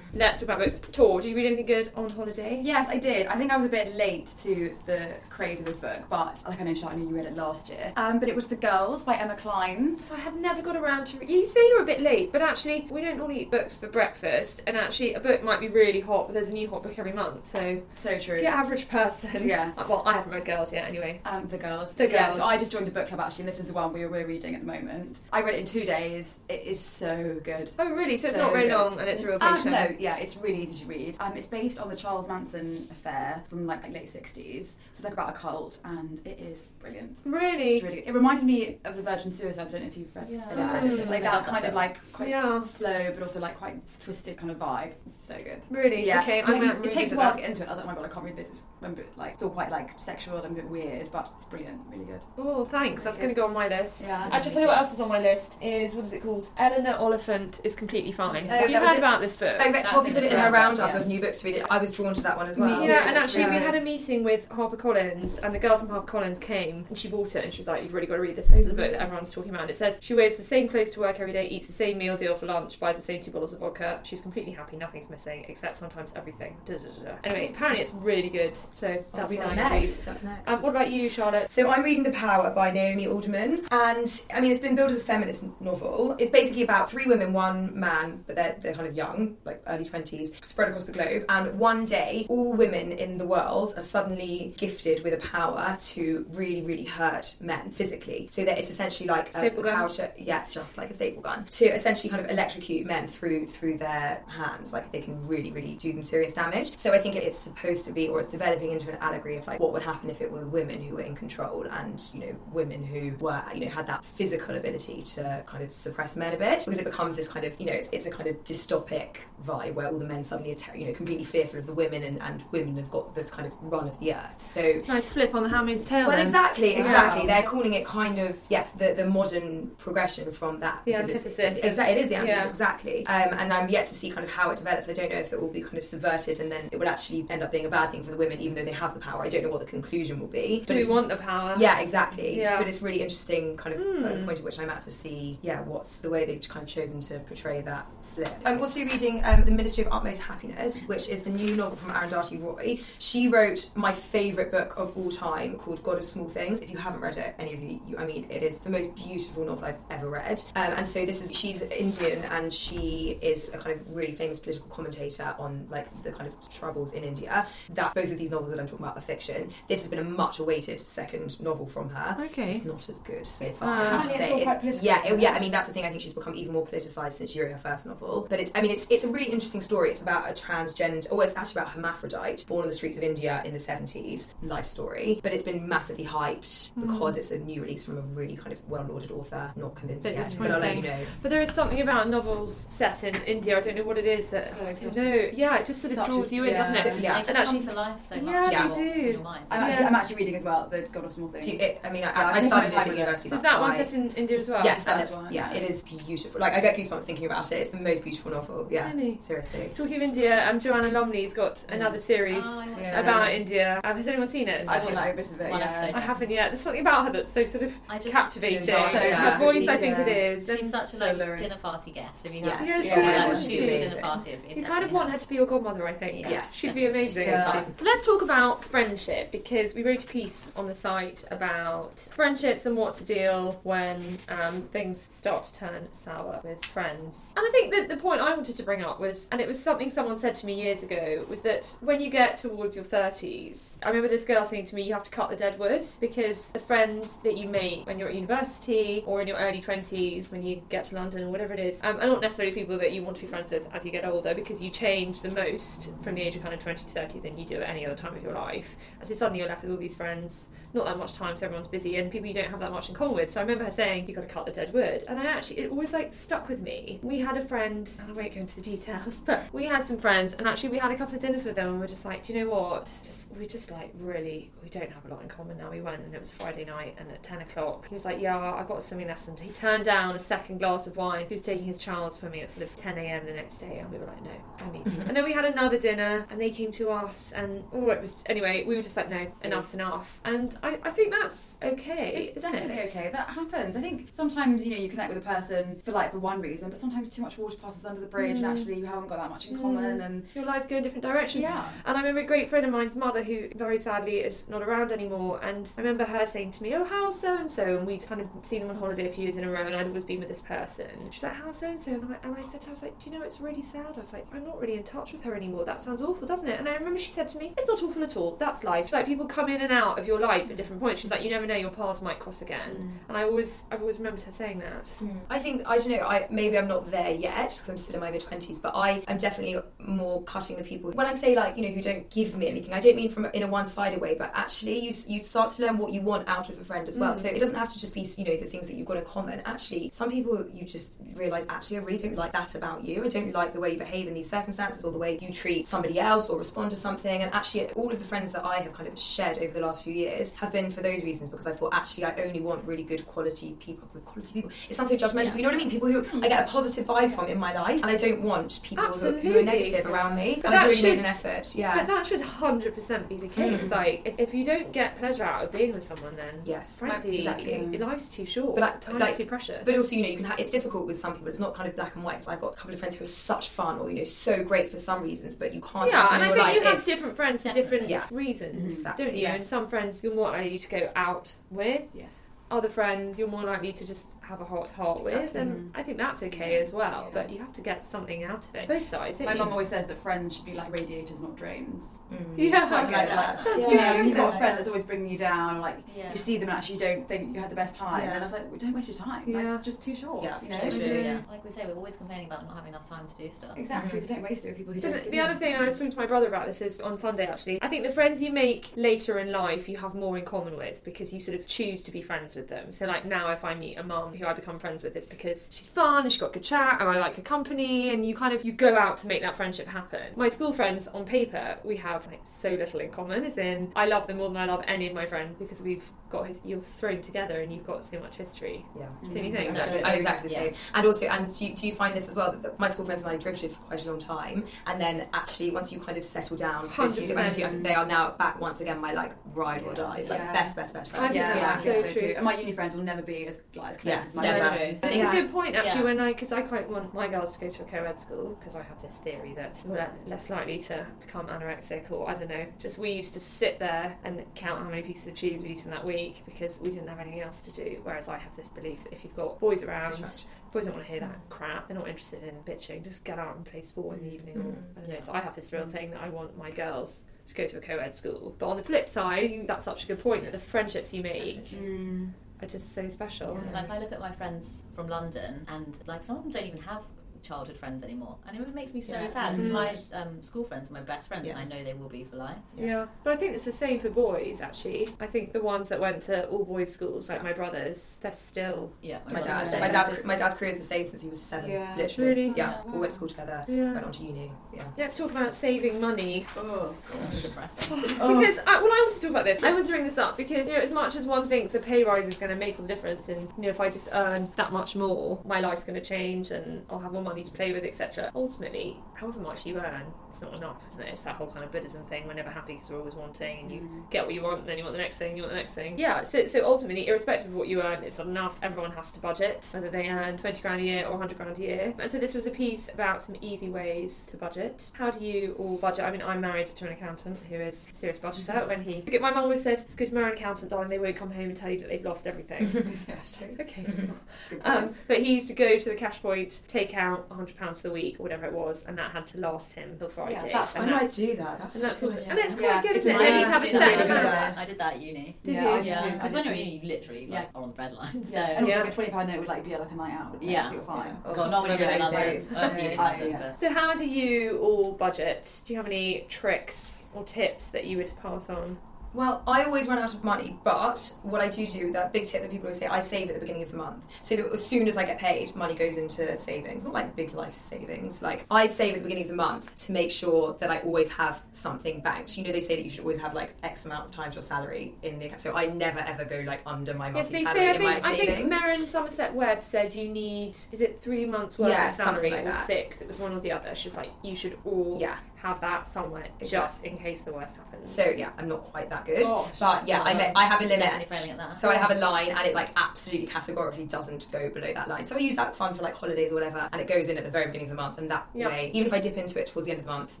[SPEAKER 1] Let's talk about books. Tor, did you read anything good on holiday?
[SPEAKER 3] Yes, I did. I think I was a bit late to the craze of this book, but like I know, Charlotte, I know you read it last year. Um, but it was The Girls by Emma Klein.
[SPEAKER 1] So I have never got around to. You say you're a bit late, but actually, we don't normally eat books for breakfast, and actually, a book might be really hot, but there's a new hot book every month. So
[SPEAKER 3] So true.
[SPEAKER 1] if you're average person,
[SPEAKER 3] Yeah.
[SPEAKER 1] Well, I haven't read Girls yet, anyway.
[SPEAKER 3] Um, the girls.
[SPEAKER 1] The
[SPEAKER 3] so, Yeah,
[SPEAKER 1] Girls.
[SPEAKER 3] so I just joined the book club actually, and this is the one we we're reading at the moment. I read it in two days. It is so good.
[SPEAKER 1] Oh, really? So, it's
[SPEAKER 3] So
[SPEAKER 1] not very
[SPEAKER 3] good.
[SPEAKER 1] long, and it's a real
[SPEAKER 3] Um,
[SPEAKER 1] patient.
[SPEAKER 3] no, yeah, it's really easy to read. Um, it's based on the Charles Manson affair from like, like late sixties. So it's like about a cult, and it is brilliant.
[SPEAKER 1] Really?
[SPEAKER 3] It's really. It reminded me of the Virgin Suicides. I don't know if you've read
[SPEAKER 4] Yeah.
[SPEAKER 3] it, but
[SPEAKER 1] Mm.
[SPEAKER 3] like
[SPEAKER 4] I
[SPEAKER 3] that
[SPEAKER 4] love that
[SPEAKER 3] kind of
[SPEAKER 4] film.
[SPEAKER 3] like quite
[SPEAKER 1] Yeah.
[SPEAKER 3] slow, but also like quite twisted kind of vibe. It's so good.
[SPEAKER 1] Really? Okay, I'm
[SPEAKER 3] Like,
[SPEAKER 1] gonna
[SPEAKER 3] it takes a
[SPEAKER 1] revisit
[SPEAKER 3] while
[SPEAKER 1] that.
[SPEAKER 3] to get into it. I was like, oh my god, I can't read this. It's a bit, like it's all quite like sexual and a bit weird, but it's brilliant, really good.
[SPEAKER 1] Oh, thanks. That's going to go on my list.
[SPEAKER 3] Yeah.
[SPEAKER 1] Actually, I'll tell you what else is on my list is what is it called? Eleanor Oliphant is completely fine.
[SPEAKER 3] Uh,
[SPEAKER 2] Oh,
[SPEAKER 1] Have you
[SPEAKER 2] that was
[SPEAKER 1] heard
[SPEAKER 2] it.
[SPEAKER 1] about this book?
[SPEAKER 2] I read
[SPEAKER 4] That's
[SPEAKER 2] Poppy put it in her
[SPEAKER 4] interesting.
[SPEAKER 2] roundup
[SPEAKER 4] Yeah.
[SPEAKER 2] of new books to read. I was drawn to that one as well.
[SPEAKER 3] Me too.
[SPEAKER 1] Yeah, and
[SPEAKER 3] It's
[SPEAKER 1] actually, we
[SPEAKER 3] really
[SPEAKER 1] had a
[SPEAKER 3] good.
[SPEAKER 1] meeting with HarperCollins, and the girl from HarperCollins came and she bought it and she was like, You've really got to read this. This is the book that everyone's talking about. And it says, She wears the same clothes to work every day, eats the same meal deal for lunch, buys the same two bottles of vodka. She's completely happy, nothing's missing, except sometimes everything. Da, da, da, da. Anyway, apparently it's really good, so that's
[SPEAKER 2] That's
[SPEAKER 1] what I'm gonna read.
[SPEAKER 2] next. That's next.
[SPEAKER 1] Um, what about you, Charlotte?
[SPEAKER 2] So I'm reading The Power by Naomi Alderman, and I mean it's been billed as a feminist novel. It's basically about three women, one man, but they're they're kind of young, like early twenties, spread across the globe. And one day, all women in the world are suddenly gifted with a power to really, really hurt men physically. So that it's essentially like a,
[SPEAKER 1] Staple
[SPEAKER 2] a
[SPEAKER 1] gun.
[SPEAKER 2] power to yeah, just like a staple gun to essentially kind of electrocute men through through their hands. Like they can really, really do them serious damage. So I think it is supposed to be, or it's developing into an allegory of like what would happen if it were women who were in control and you know women who were you know had that physical ability to kind of suppress men a bit because it becomes this kind of you know it's, it's a kind of dystopic vibe where all the men suddenly are ter- you know completely fearful of the women and, and women have got this kind of run of the earth. So
[SPEAKER 1] Nice flip on the Handmaid's Tale.
[SPEAKER 2] well, exactly,
[SPEAKER 3] Wow.
[SPEAKER 2] exactly. They're calling it kind of yes, the, the modern progression from that.
[SPEAKER 1] The
[SPEAKER 2] because it's-
[SPEAKER 1] antithesis of-
[SPEAKER 2] Exactly, it is the antithesis
[SPEAKER 1] yeah.
[SPEAKER 2] exactly. Um, and I'm yet to see kind of how it develops. I don't know if it will be kind of subverted and then it will actually end up being a bad thing for the women, even though they have the power. I don't know what the conclusion will be.
[SPEAKER 1] Do we
[SPEAKER 2] it's-
[SPEAKER 1] want the power?
[SPEAKER 2] yeah, exactly.
[SPEAKER 1] Yeah.
[SPEAKER 2] But it's really interesting, kind of
[SPEAKER 1] Hmm.
[SPEAKER 2] uh, the point at which I'm at to see, yeah, what's the way they've kind of chosen to portray that flip. I'm also reading um, The Ministry of Utmost Happiness, which is the new novel from Arundhati Roy. She wrote my favourite book of all time called God of Small Things. If you haven't read it, any of you, you I mean, it is the most beautiful novel I've ever read. Um, and so this is, she's Indian and she is a kind of really famous political commentator on like the kind of troubles in India. That both of these novels that I'm talking about are fiction. This has been a much awaited second novel from her.
[SPEAKER 1] Okay.
[SPEAKER 2] It's not as good so far.
[SPEAKER 1] Ah.
[SPEAKER 2] I have to
[SPEAKER 3] Apparently it's
[SPEAKER 2] say,
[SPEAKER 3] all
[SPEAKER 2] it's,
[SPEAKER 3] quite political,
[SPEAKER 2] yeah, it-
[SPEAKER 3] isn't it?
[SPEAKER 2] yeah. I mean, that's the thing. I think she's become even more politicized since she wrote her first novel. But it's, I mean, it's it's a really interesting story. It's about a transgender, or it's actually about a hermaphrodite born on the streets of India in the seventies, life story. But it's been massively hyped because it's a new release from a really kind of well lauded author. Not convinced
[SPEAKER 1] Bit
[SPEAKER 2] yet, but I'll let you know.
[SPEAKER 1] But there is something about novels set in India. I don't know what it is that.
[SPEAKER 3] So
[SPEAKER 1] I
[SPEAKER 3] exotic.
[SPEAKER 1] don't know. Yeah, it just sort of
[SPEAKER 3] Such a-
[SPEAKER 1] draws you in,
[SPEAKER 3] yeah.
[SPEAKER 1] doesn't it?
[SPEAKER 2] So- yeah.
[SPEAKER 4] They just
[SPEAKER 1] And actually-
[SPEAKER 4] come to life so much.
[SPEAKER 1] Yeah,
[SPEAKER 4] in
[SPEAKER 2] they
[SPEAKER 4] your-
[SPEAKER 1] do.
[SPEAKER 4] In your mind.
[SPEAKER 3] I'm, actually,
[SPEAKER 1] Yeah.
[SPEAKER 3] I'm actually reading as well the God of Small Things.
[SPEAKER 2] Do you, it, I mean, I,
[SPEAKER 3] Yeah,
[SPEAKER 2] I,
[SPEAKER 3] I think
[SPEAKER 2] started
[SPEAKER 3] I
[SPEAKER 2] it at
[SPEAKER 3] might-
[SPEAKER 2] university.
[SPEAKER 1] So is
[SPEAKER 2] but
[SPEAKER 1] that one
[SPEAKER 2] I-
[SPEAKER 1] set in India as well?
[SPEAKER 2] Yes, and
[SPEAKER 3] That's
[SPEAKER 2] it's-
[SPEAKER 3] one,
[SPEAKER 2] yeah,
[SPEAKER 3] yeah.
[SPEAKER 2] it is beautiful. Like I get goosebumps thinking about it. It's the most beautiful novel. Yeah,
[SPEAKER 1] Really?
[SPEAKER 2] seriously.
[SPEAKER 1] Talking of India, um, Joanna Lumley's got another series
[SPEAKER 4] Oh, I watched
[SPEAKER 3] Yeah.
[SPEAKER 4] that.
[SPEAKER 1] about India. Um, has anyone seen it?
[SPEAKER 3] I've seen like a bit of it.
[SPEAKER 4] One
[SPEAKER 3] Yeah.
[SPEAKER 4] episode.
[SPEAKER 1] I haven't yet. There's something about her that's so sort of
[SPEAKER 4] I just
[SPEAKER 1] captivating.
[SPEAKER 2] She's enjoying
[SPEAKER 3] So it.
[SPEAKER 1] The voice, I
[SPEAKER 3] Yeah.
[SPEAKER 1] think it is.
[SPEAKER 4] She's
[SPEAKER 1] And
[SPEAKER 4] such a
[SPEAKER 3] so
[SPEAKER 4] like,
[SPEAKER 3] luring.
[SPEAKER 4] dinner party guest. If you
[SPEAKER 2] Yes.
[SPEAKER 4] have
[SPEAKER 1] Yeah,
[SPEAKER 4] yeah,
[SPEAKER 1] she
[SPEAKER 4] like,
[SPEAKER 1] is,
[SPEAKER 4] to
[SPEAKER 1] she
[SPEAKER 4] do a
[SPEAKER 2] is.
[SPEAKER 4] dinner party, it'd
[SPEAKER 1] you kind of
[SPEAKER 4] definitely
[SPEAKER 1] want
[SPEAKER 4] help.
[SPEAKER 1] her to be your godmother, I think.
[SPEAKER 2] Yeah. Yes.
[SPEAKER 1] She'd be amazing.
[SPEAKER 3] Yeah.
[SPEAKER 1] actually. Let's talk about friendship because we wrote a piece on the site about friendships and what to deal when um, things start to turn sour with friends. And I think that the point I wanted to bring up was, and it was something someone said to me years ago, was that when you get towards your 30s, I remember this girl saying to me, you have to cut the dead wood because the friends that you make when you're at university or in your early 20s when you get to London or whatever it is um, are not necessarily people that you want to be friends with as you get older because you change the most from the age of kind of 20 to 30 than you do at any other time of your life. And so suddenly you're left with all these friends, not that much time, so everyone's busy, and people you don't have that much in common with. So I remember her saying, You've got to cut the dead wood. And I actually, it always like stuck with me. We had a friend, and I won't go into the details, but we had some friends, and actually we had a couple of dinners with them, and we're just like, Do you know what? Just We just like really, we don't have a lot in common now. We went, and it was Friday night, and at 10 o'clock, he was like, Yeah, I've got a swimming lesson. He turned down a second glass of wine. He was taking his child swimming at sort of 10 a.m. the next day, and we were like, No, I mean, and then we had another dinner, and they came to us, and oh, it was anyway. We were just like, no, enough's enough. And I, I think that's okay.
[SPEAKER 3] It's
[SPEAKER 1] isn't
[SPEAKER 3] definitely
[SPEAKER 1] it?
[SPEAKER 3] okay. That happens. I think sometimes you know you connect with a person for like for one reason, but sometimes too much water passes under the bridge, and
[SPEAKER 1] Mm.
[SPEAKER 3] actually you have haven't got that much in common, and
[SPEAKER 1] Your lives go in different directions.
[SPEAKER 3] yeah,
[SPEAKER 1] And I remember a great friend of mine's mother, who very sadly is not around anymore. And I remember her saying to me, "Oh, how's so and so?" And we'd kind of seen them on holiday a few years in a row, and I'd always been with this person. She's like, "How's so and so?" And I and I said, to her, "I was like, do you know it's really sad." I was like, "I'm not really in touch with her anymore. That sounds awful, doesn't it?" And I remember she said to me, "It's not awful at all. That's life. She's like people come in and out of your life at different points. She's like, you never know, your paths might cross again." And I always, I've always remembered her saying that.
[SPEAKER 2] I think I don't know. I maybe I'm not there yet because I'm still in my mid twenties, but I am definitely more cutting the people. When I say like you know who don't give me anything, I don't mean from in a one sided way, but actually you s- you start to learn what you want out of a friend as well. So it doesn't have to just be you know the things that you've got in common. Actually, some people you just realize actually I really don't like that about you. I don't like the way you behave in these circumstances or the way you treat somebody else or respond to something. And actually, all of the friends that I have kind of shared over the last few years have been for those reasons because I thought actually I only want really good quality people, good quality people. It sounds so judgmental. but You know what I mean? People who I get a positive vibe from in my life, and I don't want people who are, who
[SPEAKER 1] Absolutely.
[SPEAKER 2] are negative around me.
[SPEAKER 1] But
[SPEAKER 2] and I've
[SPEAKER 1] that
[SPEAKER 2] really made
[SPEAKER 1] should-
[SPEAKER 2] an effort.
[SPEAKER 1] But
[SPEAKER 2] Yeah.
[SPEAKER 1] that should hundred percent be the case. Like, if, if you don't get pleasure out of being with someone, then
[SPEAKER 2] Yes.
[SPEAKER 1] frankly,
[SPEAKER 2] Exactly.
[SPEAKER 1] life's too short.
[SPEAKER 2] But that-
[SPEAKER 1] time's
[SPEAKER 2] like-
[SPEAKER 1] too precious.
[SPEAKER 2] But also, you know, you can ha- it's difficult with some people. It's not kind of black and white. Because I've got a couple of friends who are such fun, or you know, so great for some reasons, but you can't.
[SPEAKER 1] yeah,
[SPEAKER 2] have
[SPEAKER 1] and I
[SPEAKER 2] them in
[SPEAKER 1] think
[SPEAKER 2] your
[SPEAKER 1] you
[SPEAKER 2] life
[SPEAKER 1] have different friends for
[SPEAKER 4] Definitely.
[SPEAKER 1] different
[SPEAKER 2] Yeah.
[SPEAKER 1] reasons,
[SPEAKER 2] Exactly,
[SPEAKER 1] don't you?
[SPEAKER 2] yes.
[SPEAKER 1] And some friends you're more likely to go out with.
[SPEAKER 3] yes,
[SPEAKER 1] Other friends you're more likely to just have a hot heart with,
[SPEAKER 2] Exactly.
[SPEAKER 1] and I think that's okay as well.
[SPEAKER 3] Yeah.
[SPEAKER 1] But you have to get something out of it. Both sides. Don't
[SPEAKER 3] my
[SPEAKER 1] you?
[SPEAKER 3] mum always says that friends should be like radiators, not drains.
[SPEAKER 2] Mm.
[SPEAKER 1] Yeah,
[SPEAKER 3] Quite
[SPEAKER 2] like that.
[SPEAKER 1] That's
[SPEAKER 3] You
[SPEAKER 1] good.
[SPEAKER 2] Yeah.
[SPEAKER 3] know, you've got
[SPEAKER 2] Yeah.
[SPEAKER 3] a friend that's always bringing you down, like
[SPEAKER 4] Yeah.
[SPEAKER 3] you see them and actually don't think you had the best time.
[SPEAKER 2] Yeah.
[SPEAKER 3] And I was like, well, don't waste your time.
[SPEAKER 1] Yeah.
[SPEAKER 3] Life's just too short.
[SPEAKER 2] Yeah,
[SPEAKER 3] you
[SPEAKER 2] so
[SPEAKER 3] know?
[SPEAKER 2] true.
[SPEAKER 1] Mhm.
[SPEAKER 4] Yeah. Like we say, we're always complaining about not having enough time to do stuff.
[SPEAKER 3] Exactly. So don't waste it with people who
[SPEAKER 1] Mm. But
[SPEAKER 3] don't.
[SPEAKER 1] the,
[SPEAKER 3] give
[SPEAKER 1] the
[SPEAKER 3] you
[SPEAKER 1] other thing, and I was talking to my brother about this, is on Sunday actually. I think the friends you make later in life, you have more in common with because you sort of choose to be friends with them. So, like now, if I meet a mum who I become friends with, it's because she's fun and she's got good chat and I like her company, and you kind of you go out to make that friendship happen. My school friends, on paper, we have like so little in common. As in, I love them more than I love any of my friends because we've got his, you're thrown together and you've got so much history.
[SPEAKER 2] Yeah.
[SPEAKER 3] Mm.
[SPEAKER 1] Don't you think?
[SPEAKER 2] Exactly. I'm exactly the same. And also, and do you, do you find this as well that the, my school friends and I drifted for quite a long time, and then actually once you kind of settle down, those who
[SPEAKER 1] 100%.
[SPEAKER 2] eventually I think they are now back once again my like ride or die. It's like
[SPEAKER 3] Yeah.
[SPEAKER 2] best, best, best
[SPEAKER 1] I'm
[SPEAKER 2] friends.
[SPEAKER 3] Yeah,
[SPEAKER 1] Yeah.
[SPEAKER 3] I think
[SPEAKER 1] So
[SPEAKER 3] so,
[SPEAKER 1] true.
[SPEAKER 3] too. And my uni friends will never be as, like, as close
[SPEAKER 2] Yes,
[SPEAKER 3] as my
[SPEAKER 2] never.
[SPEAKER 3] friends.
[SPEAKER 1] But it's
[SPEAKER 2] Yeah.
[SPEAKER 1] a good point actually
[SPEAKER 4] Yeah.
[SPEAKER 1] when I because I quite want my girls to go to a co-ed school because I have this theory that we're le- less likely to become anorexic or I don't know just we used to sit there and count how many pieces of cheese we'd eaten that week because we didn't have anything else to do whereas I have this belief that if you've got boys around
[SPEAKER 2] Distraction.
[SPEAKER 1] boys don't want to hear that crap they're not interested in bitching just get out and play sport in the evening or I don't know so I have this real thing that I want my girls to go to a co-ed school but on the flip side you- that's such a good point that the friendships you make
[SPEAKER 3] Mm.
[SPEAKER 1] are just so special
[SPEAKER 4] Like I look at my friends from London, and like some of them don't even have childhood friends anymore, and it makes me so
[SPEAKER 2] Yeah, it's
[SPEAKER 4] sad because
[SPEAKER 1] Mm.
[SPEAKER 4] my um, school friends are my best friends,
[SPEAKER 2] Yeah.
[SPEAKER 4] and I know they will be for life.
[SPEAKER 1] Yeah. but I think it's the same for boys. Actually, I think the ones that went to all boys schools, like my brothers, they're still
[SPEAKER 4] Yeah,
[SPEAKER 2] My
[SPEAKER 4] brother's the
[SPEAKER 2] dad,
[SPEAKER 4] same.
[SPEAKER 2] my dad's, my dad's career is the same since he was seven.
[SPEAKER 3] Yeah.
[SPEAKER 2] Literally.
[SPEAKER 1] Really?
[SPEAKER 2] Yeah. Oh,
[SPEAKER 3] Wow.
[SPEAKER 2] We went to school together.
[SPEAKER 1] yeah.
[SPEAKER 2] Went on to uni. Yeah.
[SPEAKER 1] Let's talk about saving money
[SPEAKER 3] Oh,
[SPEAKER 4] It's depressing.
[SPEAKER 1] because I, well, I want to talk about this. I want to bring this up because you know, as much as one thinks a pay rise is going to make all the difference, and you know, if I just earn that much more, my life's going to change, and I'll have more money to play with, etc. Ultimately, however much you earn, it's not enough, isn't it? It's that whole kind of Buddhism thing. We're never happy because we're always wanting, and you get what you want, and then you want the next thing, you want the next thing. Yeah, so, so ultimately, irrespective of what you earn, it's not enough. Everyone has to budget, whether they earn 20 grand a year or 100 grand a year. And so this was a piece about some easy ways to budget. How do you all budget? I mean, I'm married to an accountant who is a serious budgeter. When he, my mum always said, it's good to marry an accountant, darling, they won't come home and tell you that they've lost everything.
[SPEAKER 3] that's true.
[SPEAKER 1] okay.
[SPEAKER 3] That's a good point.
[SPEAKER 1] Um, but he used to go to the cash point, take out £100 for the week or whatever it was, and that had to last him till Friday.
[SPEAKER 3] that's-
[SPEAKER 1] and
[SPEAKER 2] Why do I do that? That's
[SPEAKER 1] and that's
[SPEAKER 2] such a
[SPEAKER 1] all-
[SPEAKER 2] good
[SPEAKER 1] and
[SPEAKER 2] idea.
[SPEAKER 1] it's quite
[SPEAKER 3] Yeah.
[SPEAKER 1] good,
[SPEAKER 3] It's
[SPEAKER 1] isn't it?
[SPEAKER 3] mine.
[SPEAKER 1] At least have a
[SPEAKER 2] It's
[SPEAKER 4] I
[SPEAKER 2] mine.
[SPEAKER 1] set
[SPEAKER 4] did
[SPEAKER 1] amount.
[SPEAKER 4] that. I did that at uni.
[SPEAKER 1] Did
[SPEAKER 3] Yeah,
[SPEAKER 1] you?
[SPEAKER 3] I did
[SPEAKER 4] Yeah,
[SPEAKER 3] too, I
[SPEAKER 4] because
[SPEAKER 3] did
[SPEAKER 4] when
[SPEAKER 3] too.
[SPEAKER 4] you're you literally like are on the bread line. So
[SPEAKER 3] Yeah, and also
[SPEAKER 1] Yeah.
[SPEAKER 3] like a twenty pound note would like be like a night out.
[SPEAKER 4] Yeah.
[SPEAKER 3] Yeah, so you're fine.
[SPEAKER 2] Oh,
[SPEAKER 4] God, not when
[SPEAKER 2] remember
[SPEAKER 4] you're in
[SPEAKER 2] those
[SPEAKER 4] London.
[SPEAKER 2] days.
[SPEAKER 4] That's you in
[SPEAKER 3] Oh,
[SPEAKER 4] London,
[SPEAKER 3] yeah.
[SPEAKER 4] but-
[SPEAKER 1] So, how do you all budget? Do you have any tricks or tips that you would pass on?
[SPEAKER 2] Well, I always run out of money, but what I do do, that big tip that people always say, I save at the beginning of the month. So that as soon as I get paid, money goes into savings. Not like big life savings. Like, I save at the beginning of the month to make sure that I always have something banked. You know, they say that you should always have like X amount of times your salary in the account. So I never ever go like under my
[SPEAKER 1] Yes,
[SPEAKER 2] monthly
[SPEAKER 1] they
[SPEAKER 2] salary
[SPEAKER 1] say. I
[SPEAKER 2] in my
[SPEAKER 1] think I
[SPEAKER 2] savings.
[SPEAKER 1] think Merrin Somerset Webb said you need is it three months worth
[SPEAKER 2] Yeah,
[SPEAKER 1] of salary
[SPEAKER 2] something like
[SPEAKER 1] or
[SPEAKER 2] that.
[SPEAKER 1] six? It was one or the other. She's like you should all
[SPEAKER 2] yeah,
[SPEAKER 1] have that somewhere just in case the worst happens.
[SPEAKER 2] So yeah, I'm not quite that good.
[SPEAKER 3] Gosh.
[SPEAKER 2] But yeah, I, ma- I have a
[SPEAKER 4] Definitely
[SPEAKER 2] limit.
[SPEAKER 4] failing at that.
[SPEAKER 2] So I have a line and it like absolutely categorically doesn't go below that line. So I use that fund for like holidays or whatever and it goes in at the very beginning of the month and that
[SPEAKER 1] Yeah.
[SPEAKER 2] way, even if I dip into it towards the end of the month,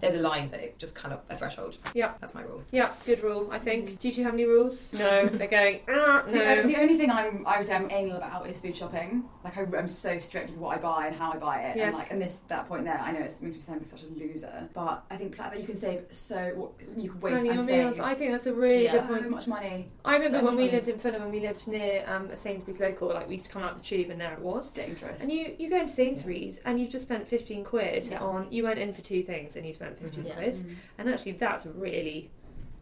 [SPEAKER 2] there's a line that it just kind of a threshold.
[SPEAKER 1] Yeah.
[SPEAKER 2] That's my rule.
[SPEAKER 1] Yeah, good rule, I
[SPEAKER 2] Mm-hmm.
[SPEAKER 1] think. Do you two have any rules? No. Okay. Ah,
[SPEAKER 3] The,
[SPEAKER 1] no.
[SPEAKER 3] the only thing I'm, I would say I'm anal about is food shopping. Like I, am so strict with what I buy and how I buy it.
[SPEAKER 1] Yes.
[SPEAKER 3] And like, and this that point there, I know it makes me sound like such a loser, but I think pla- that you can save so you can waste
[SPEAKER 1] Planning your
[SPEAKER 3] and
[SPEAKER 1] meals.
[SPEAKER 3] save
[SPEAKER 1] I think that's a really
[SPEAKER 4] Yeah.
[SPEAKER 3] so
[SPEAKER 1] good point.
[SPEAKER 3] much money.
[SPEAKER 1] I remember
[SPEAKER 3] So
[SPEAKER 1] when we
[SPEAKER 3] funny.
[SPEAKER 1] lived in Fulham and we lived near um, a Sainsbury's local, like we used to come out the tube and there it
[SPEAKER 3] It's
[SPEAKER 1] was.
[SPEAKER 3] dangerous.
[SPEAKER 1] And you, you go into Sainsbury's and you've just spent 15 quid
[SPEAKER 3] Yeah.
[SPEAKER 1] on, you went in for two things and you spent 15
[SPEAKER 4] Mhm. Yeah.
[SPEAKER 1] quid.
[SPEAKER 3] Mm.
[SPEAKER 1] And actually that's really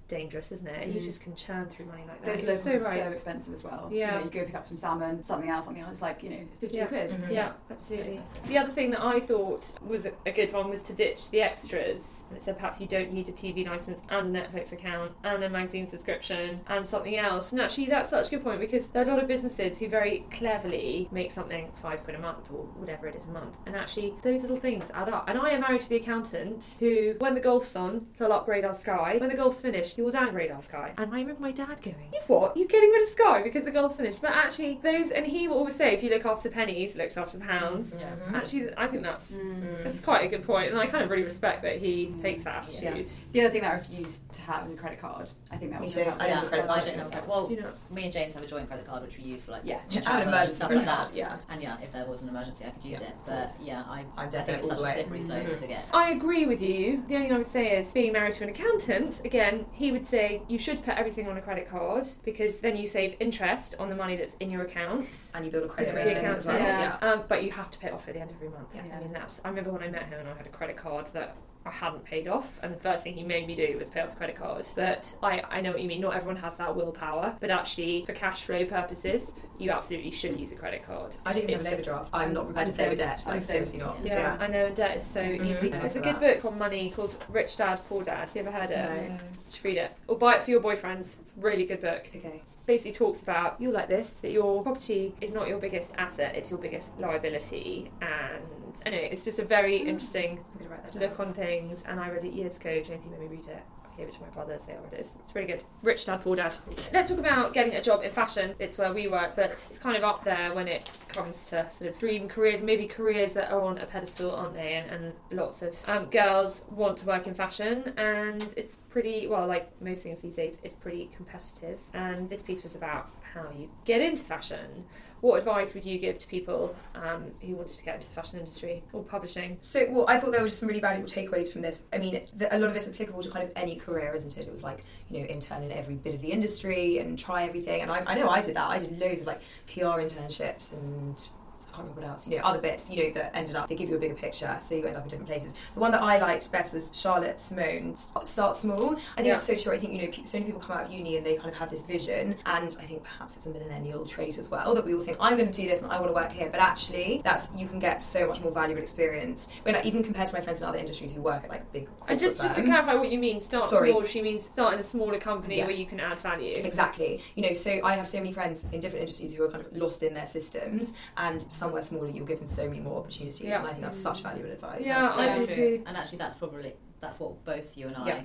[SPEAKER 1] dangerous, isn't it? You
[SPEAKER 3] Mm.
[SPEAKER 1] just can churn through money like that.
[SPEAKER 3] Those
[SPEAKER 1] It's
[SPEAKER 3] locals
[SPEAKER 1] so
[SPEAKER 3] are
[SPEAKER 1] right.
[SPEAKER 3] so expensive as well.
[SPEAKER 1] Yeah.
[SPEAKER 3] You, know, you go pick up some salmon, something else, something else. It's like you know, fifteen
[SPEAKER 1] Yeah. Mm-hmm.
[SPEAKER 3] quid.
[SPEAKER 2] Mhm.
[SPEAKER 1] Yeah, absolutely. The other thing that I thought was a good one was to ditch the extras. And it said perhaps you don't need a TV license and a Netflix account and a magazine subscription and something else. And actually, that's such a good point because there are a lot of businesses who very cleverly make something five quid a month or whatever it is a month. And actually, those little things add up. And I am married to the accountant who, when the golf's on, he'll upgrade our Sky. When the golf's finished, he will downgrade our Sky. And I remember my dad going, "You what? You're getting rid of Sky because the golf's finished?" But actually, those and he will always say, "If you look after the pennies, he looks after the pounds."
[SPEAKER 4] Yeah.
[SPEAKER 2] Mhm.
[SPEAKER 1] Actually, I think that's
[SPEAKER 3] Mm.
[SPEAKER 1] that's quite a good point, and I kind of really respect that he
[SPEAKER 3] Mm.
[SPEAKER 1] takes that attitude.
[SPEAKER 3] The other thing that I refuse to have is a credit card. I think that
[SPEAKER 2] Me
[SPEAKER 3] was
[SPEAKER 2] too. I don't have a credit
[SPEAKER 4] I
[SPEAKER 2] card.
[SPEAKER 4] don't know. Well,
[SPEAKER 1] You know,
[SPEAKER 4] me and James have a joint credit card which we use for like
[SPEAKER 3] Yeah.
[SPEAKER 2] An
[SPEAKER 4] travel and
[SPEAKER 2] emergency
[SPEAKER 4] stuff
[SPEAKER 2] credit
[SPEAKER 4] like
[SPEAKER 2] card,
[SPEAKER 4] that.
[SPEAKER 2] yeah.
[SPEAKER 4] And yeah, if there was an emergency, I could use
[SPEAKER 2] Yeah,
[SPEAKER 4] it.
[SPEAKER 2] of
[SPEAKER 4] But
[SPEAKER 2] course.
[SPEAKER 4] yeah, I,
[SPEAKER 2] I'm
[SPEAKER 4] I think
[SPEAKER 2] definitely
[SPEAKER 4] it's
[SPEAKER 2] all
[SPEAKER 4] such
[SPEAKER 2] the
[SPEAKER 4] a
[SPEAKER 2] way.
[SPEAKER 4] slippery slope
[SPEAKER 2] Mhm.
[SPEAKER 4] to get.
[SPEAKER 1] I agree with you. The only thing I would say is being married to an accountant. Again, he would say you should put everything on a credit card because then you save interest on the money that's in your account.
[SPEAKER 2] And you build a credit
[SPEAKER 1] This is the
[SPEAKER 2] rating as well.
[SPEAKER 1] accountant.
[SPEAKER 2] Yeah.
[SPEAKER 3] Yeah.
[SPEAKER 1] Um, but you have to pay it off at the end of every month.
[SPEAKER 3] Yeah.
[SPEAKER 1] I mean, that's. I remember when I met him and I had a credit card that I hadn't paid off, and the first thing he made me do was pay off the credit card. But I, I know what you mean. Not everyone has that willpower, but actually, for cash flow purposes, you absolutely should use a credit card.
[SPEAKER 2] I don't even have
[SPEAKER 1] It's
[SPEAKER 2] an
[SPEAKER 1] just-
[SPEAKER 2] overdraft. I'm not prepared to
[SPEAKER 3] I'm
[SPEAKER 2] play with
[SPEAKER 3] so-
[SPEAKER 2] debt.
[SPEAKER 3] I'm
[SPEAKER 2] Like
[SPEAKER 3] so-
[SPEAKER 2] seriously not.
[SPEAKER 1] Yeah, I know, and debt is so
[SPEAKER 2] Mhm.
[SPEAKER 1] easy.
[SPEAKER 2] Yeah,
[SPEAKER 1] There's a
[SPEAKER 2] for
[SPEAKER 1] good
[SPEAKER 2] that.
[SPEAKER 1] book on money called Rich Dad Poor Dad. Have you ever heard it?
[SPEAKER 2] No.
[SPEAKER 1] You should read it. Or buy it for your boyfriends. It's a really good book.
[SPEAKER 2] Okay.
[SPEAKER 1] It basically talks about you like this that your property is not your biggest asset, it's your biggest liability. And anyway, it's just a very interesting
[SPEAKER 2] I'm gonna write that down.
[SPEAKER 1] look on things. And I read it years ago. Jonesy made me read it. I Gave it to my brothers. They all read it. It's, it's really good. Rich Dad Poor Dad. Let's talk about getting a job in fashion. It's where we work, but it's kind of up there when it comes to sort of dream careers, maybe careers that are on a pedestal, aren't they? And, and lots of um, girls want to work in fashion, and it's pretty well, like most things these days, it's pretty competitive. And this piece was about how you get into fashion. What advice would you give to people um, who wanted to get into the fashion industry or publishing?
[SPEAKER 2] So, well, I thought there were just some really valuable takeaways from this. I mean, the, a lot of it's applicable to kind of any career, isn't it? It was like, you know, intern in every bit of the industry and try everything. And I, I know I did that. I did loads of like PR internships and I can't remember what else, you know, other bits, you know, that ended up, they give you a bigger picture, so you end up in different places. The one that I liked best was Charlotte Simone's Start Small. I think
[SPEAKER 1] Yeah.
[SPEAKER 2] it's so true. I think, you know, pe- so many people come out of uni and they kind of have this vision, and I think perhaps it's a millennial trait as well that we all think, I'm going to do this and I want to work here. But actually, that's, you can get so much more valuable experience. When, like, even compared to my friends in other industries who work at like big corporate
[SPEAKER 1] And just, just to
[SPEAKER 2] firms.
[SPEAKER 1] clarify what you mean, start
[SPEAKER 2] Sorry.
[SPEAKER 1] small. She means start in a smaller company
[SPEAKER 2] Yes.
[SPEAKER 1] where you can add value.
[SPEAKER 2] Exactly. You know, so I have so many friends in different industries who are kind of lost in their systems, and somewhere smaller, you're given so many more opportunities.
[SPEAKER 1] Yeah.
[SPEAKER 2] And I think that's such valuable advice.
[SPEAKER 1] Yeah,
[SPEAKER 4] So
[SPEAKER 1] I do
[SPEAKER 4] true.
[SPEAKER 1] too.
[SPEAKER 4] And actually, that's probably that's what both you and I
[SPEAKER 2] Yeah.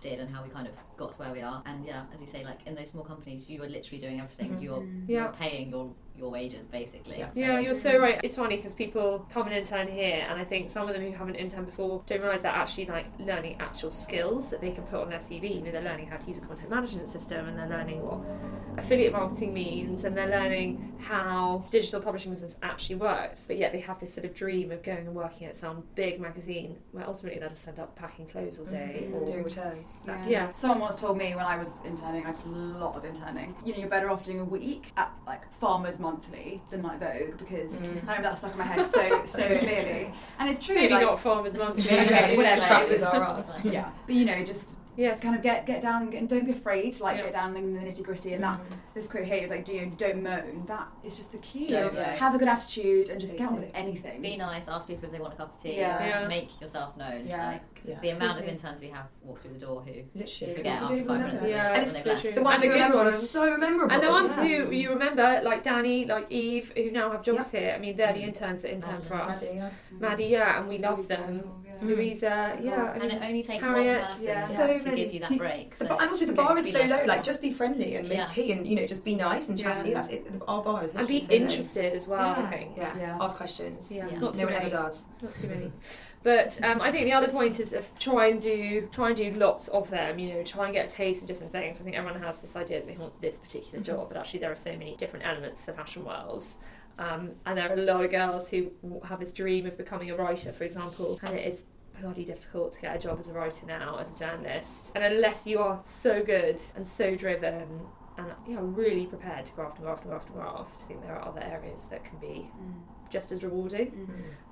[SPEAKER 4] did, and how we kind of got to where we are. And yeah, as you say, like in those small companies, you are literally doing everything.
[SPEAKER 2] Mhm.
[SPEAKER 4] You're
[SPEAKER 1] Mm-hmm. Yeah.
[SPEAKER 4] you're paying your your wages basically.
[SPEAKER 2] Yeah.
[SPEAKER 4] So-
[SPEAKER 1] Yeah, you're so right. It's funny because people come and intern here, and I think some of them who haven't interned before don't realise they're actually like learning actual skills that they can put on their CV. You know, they're learning how to use a content management system, and they're learning what affiliate marketing means, and they're learning how digital publishing business actually works. But yet they have this sort of dream of going and working at some big magazine where ultimately they'll just end up packing clothes all day.
[SPEAKER 3] Mhm.
[SPEAKER 1] Or...
[SPEAKER 2] Mm-hmm. Doing returns. Exactly.
[SPEAKER 1] Yeah.
[SPEAKER 3] Someone once told me when I was interning, I did a lot of interning. You know, you're better off doing a week at like Farmers Monthly than like Vogue because
[SPEAKER 2] Mm.
[SPEAKER 3] I know that stuck in my head so so clearly. And it's true.
[SPEAKER 1] Maybe
[SPEAKER 3] like,
[SPEAKER 1] not Farmers Monthly.
[SPEAKER 3] Yeah,
[SPEAKER 1] but it's
[SPEAKER 3] whatever.
[SPEAKER 1] like-
[SPEAKER 2] Tractors
[SPEAKER 3] it's-
[SPEAKER 2] are us.
[SPEAKER 3] Yeah, but you know, just
[SPEAKER 1] Yes.
[SPEAKER 3] kind of get get down and, get, and don't be afraid to like
[SPEAKER 1] Yeah.
[SPEAKER 3] get down in the nitty gritty and that this quote here is like do you know, don't moan that is just the key
[SPEAKER 4] Don't moan.
[SPEAKER 3] have a good attitude and just get on with
[SPEAKER 2] Basically.
[SPEAKER 3] anything
[SPEAKER 4] Be nice, ask people if they want a cup of tea,
[SPEAKER 3] Yeah.
[SPEAKER 1] Yeah.
[SPEAKER 4] make yourself known.
[SPEAKER 3] Yeah.
[SPEAKER 4] Like,
[SPEAKER 2] Yeah.
[SPEAKER 4] the amount of
[SPEAKER 1] Totally.
[SPEAKER 4] interns we have walk through the door who
[SPEAKER 2] Literally.
[SPEAKER 4] forget
[SPEAKER 2] You don't
[SPEAKER 4] after
[SPEAKER 2] even
[SPEAKER 4] five
[SPEAKER 2] remember.
[SPEAKER 4] minutes.
[SPEAKER 1] Yeah,
[SPEAKER 2] And
[SPEAKER 4] that
[SPEAKER 2] it's
[SPEAKER 4] they've left.
[SPEAKER 1] true.
[SPEAKER 2] The ones
[SPEAKER 1] And the
[SPEAKER 2] who
[SPEAKER 1] good
[SPEAKER 2] remember are
[SPEAKER 1] ones.
[SPEAKER 2] so memorable.
[SPEAKER 1] And the ones
[SPEAKER 2] yeah.
[SPEAKER 1] who you remember, like Danny, like Eve, who now have jobs here. I mean, they're the interns that intern
[SPEAKER 4] Madeline.
[SPEAKER 1] for us.
[SPEAKER 2] Mm. Maddie, yeah.
[SPEAKER 1] Maddie, yeah, and we love them.
[SPEAKER 3] Yeah.
[SPEAKER 2] Mm.
[SPEAKER 1] Louisa, yeah. I
[SPEAKER 4] And
[SPEAKER 1] mean,
[SPEAKER 4] it only takes
[SPEAKER 1] Harriet,
[SPEAKER 4] one person
[SPEAKER 3] yeah.
[SPEAKER 1] So
[SPEAKER 4] to
[SPEAKER 1] many
[SPEAKER 4] give you that
[SPEAKER 3] peop-
[SPEAKER 4] break.
[SPEAKER 2] The
[SPEAKER 4] So
[SPEAKER 2] bar, and also the
[SPEAKER 4] Okay,
[SPEAKER 2] bar is
[SPEAKER 4] be
[SPEAKER 2] so
[SPEAKER 4] nice
[SPEAKER 2] low.
[SPEAKER 4] to
[SPEAKER 2] Like,
[SPEAKER 4] them.
[SPEAKER 2] just be friendly and make
[SPEAKER 4] Yeah.
[SPEAKER 2] tea, and you know, just be nice and chatty.
[SPEAKER 3] Yeah.
[SPEAKER 2] That's it. The- Our bar is
[SPEAKER 1] and be
[SPEAKER 2] literally so low.
[SPEAKER 1] interested as well,
[SPEAKER 2] yeah.
[SPEAKER 1] I think.
[SPEAKER 2] Yeah.
[SPEAKER 3] Yeah.
[SPEAKER 2] Ask questions.
[SPEAKER 1] Yeah,
[SPEAKER 4] Yeah.
[SPEAKER 1] Not, too
[SPEAKER 2] No one
[SPEAKER 1] many,
[SPEAKER 2] ever does.
[SPEAKER 1] not too many. But um, I think the other point is if try and do try and do lots of them. You know, try and get a taste of different things. I think everyone has this idea that they want this particular job, but actually there are so many different elements to the fashion world. Um, and there are a lot of girls who have this dream of becoming a writer, for example, and it is bloody difficult to get a job as a writer now as a journalist. And unless you are so good and so driven and you know, really prepared to graft and graft and graft and graft, I think there are other areas that can be
[SPEAKER 3] Mm.
[SPEAKER 1] just as rewarding.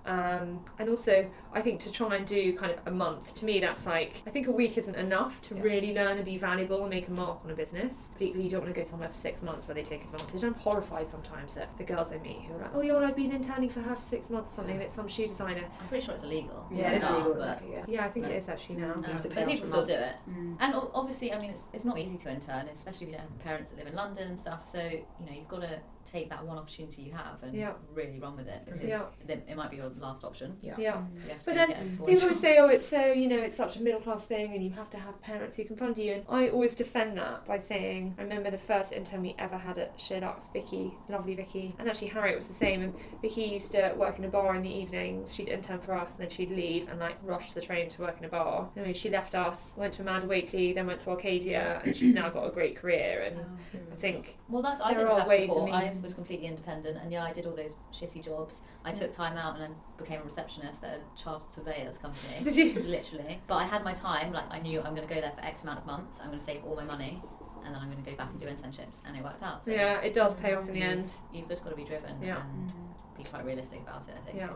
[SPEAKER 1] Um, and also, I think to try and do kind of a month, to me, that's like, I think a week isn't enough to
[SPEAKER 2] Yeah.
[SPEAKER 1] really learn and be valuable and make a mark on a business. But equally, you don't want to go somewhere for six months where they take advantage. I'm horrified sometimes at the girls I meet who are like, oh, yeah, well, I've been interning for her for six months or something, and it's some shoe designer.
[SPEAKER 4] I'm pretty sure it's illegal.
[SPEAKER 3] Yeah,
[SPEAKER 2] it's
[SPEAKER 4] Bizarre,
[SPEAKER 2] illegal.
[SPEAKER 4] but-
[SPEAKER 2] Exactly. Yeah.
[SPEAKER 1] Yeah, I think it is actually now.
[SPEAKER 2] You have to
[SPEAKER 4] um, but
[SPEAKER 2] pay off
[SPEAKER 4] people
[SPEAKER 2] a
[SPEAKER 4] still
[SPEAKER 2] month.
[SPEAKER 4] do it.
[SPEAKER 3] Mm.
[SPEAKER 4] And o- obviously, I mean, it's, it's not easy to intern, especially if you don't have parents that live in London and stuff. So, you know, you've got to take that one opportunity you have and
[SPEAKER 1] Yeah.
[SPEAKER 4] really run with it because
[SPEAKER 1] Yeah.
[SPEAKER 4] then it might be your last option.
[SPEAKER 2] Yeah.
[SPEAKER 1] Yeah.
[SPEAKER 4] You have to
[SPEAKER 1] But then
[SPEAKER 4] get a full
[SPEAKER 1] People
[SPEAKER 4] job.
[SPEAKER 1] always say, oh, it's so, you know, it's such a middle class thing and you have to have parents who can fund you. And I always defend that by saying, I remember the first intern we ever had at Sherlock's, Vicky, lovely Vicky. And actually, Harriet was the same. And Vicky used to work in a bar in the evenings. She'd intern for us and then she'd leave and like rush the train to work in a bar. Anyway, she left us, went to Amanda Wakely, then went to Arcadia, and she's now got a great career. And I think,
[SPEAKER 4] Well, that's
[SPEAKER 1] "Oh,
[SPEAKER 4] I
[SPEAKER 1] There
[SPEAKER 4] didn't
[SPEAKER 1] are
[SPEAKER 4] have
[SPEAKER 1] ways and
[SPEAKER 4] support. I
[SPEAKER 1] means.
[SPEAKER 4] was completely independent, and yeah, I did all those shitty jobs. I took time out and I became a receptionist at a chartered surveyors company,
[SPEAKER 1] did you?
[SPEAKER 4] literally. But I had my time. Like I knew I'm going to go there for X amount of months. I'm going to save all my money, and then I'm going to go back and do internships, and it worked out. So
[SPEAKER 1] Yeah, it does pay off in the end.
[SPEAKER 4] you've just got to be driven
[SPEAKER 1] Yeah.
[SPEAKER 4] and be quite realistic about it. I think.
[SPEAKER 1] Yeah.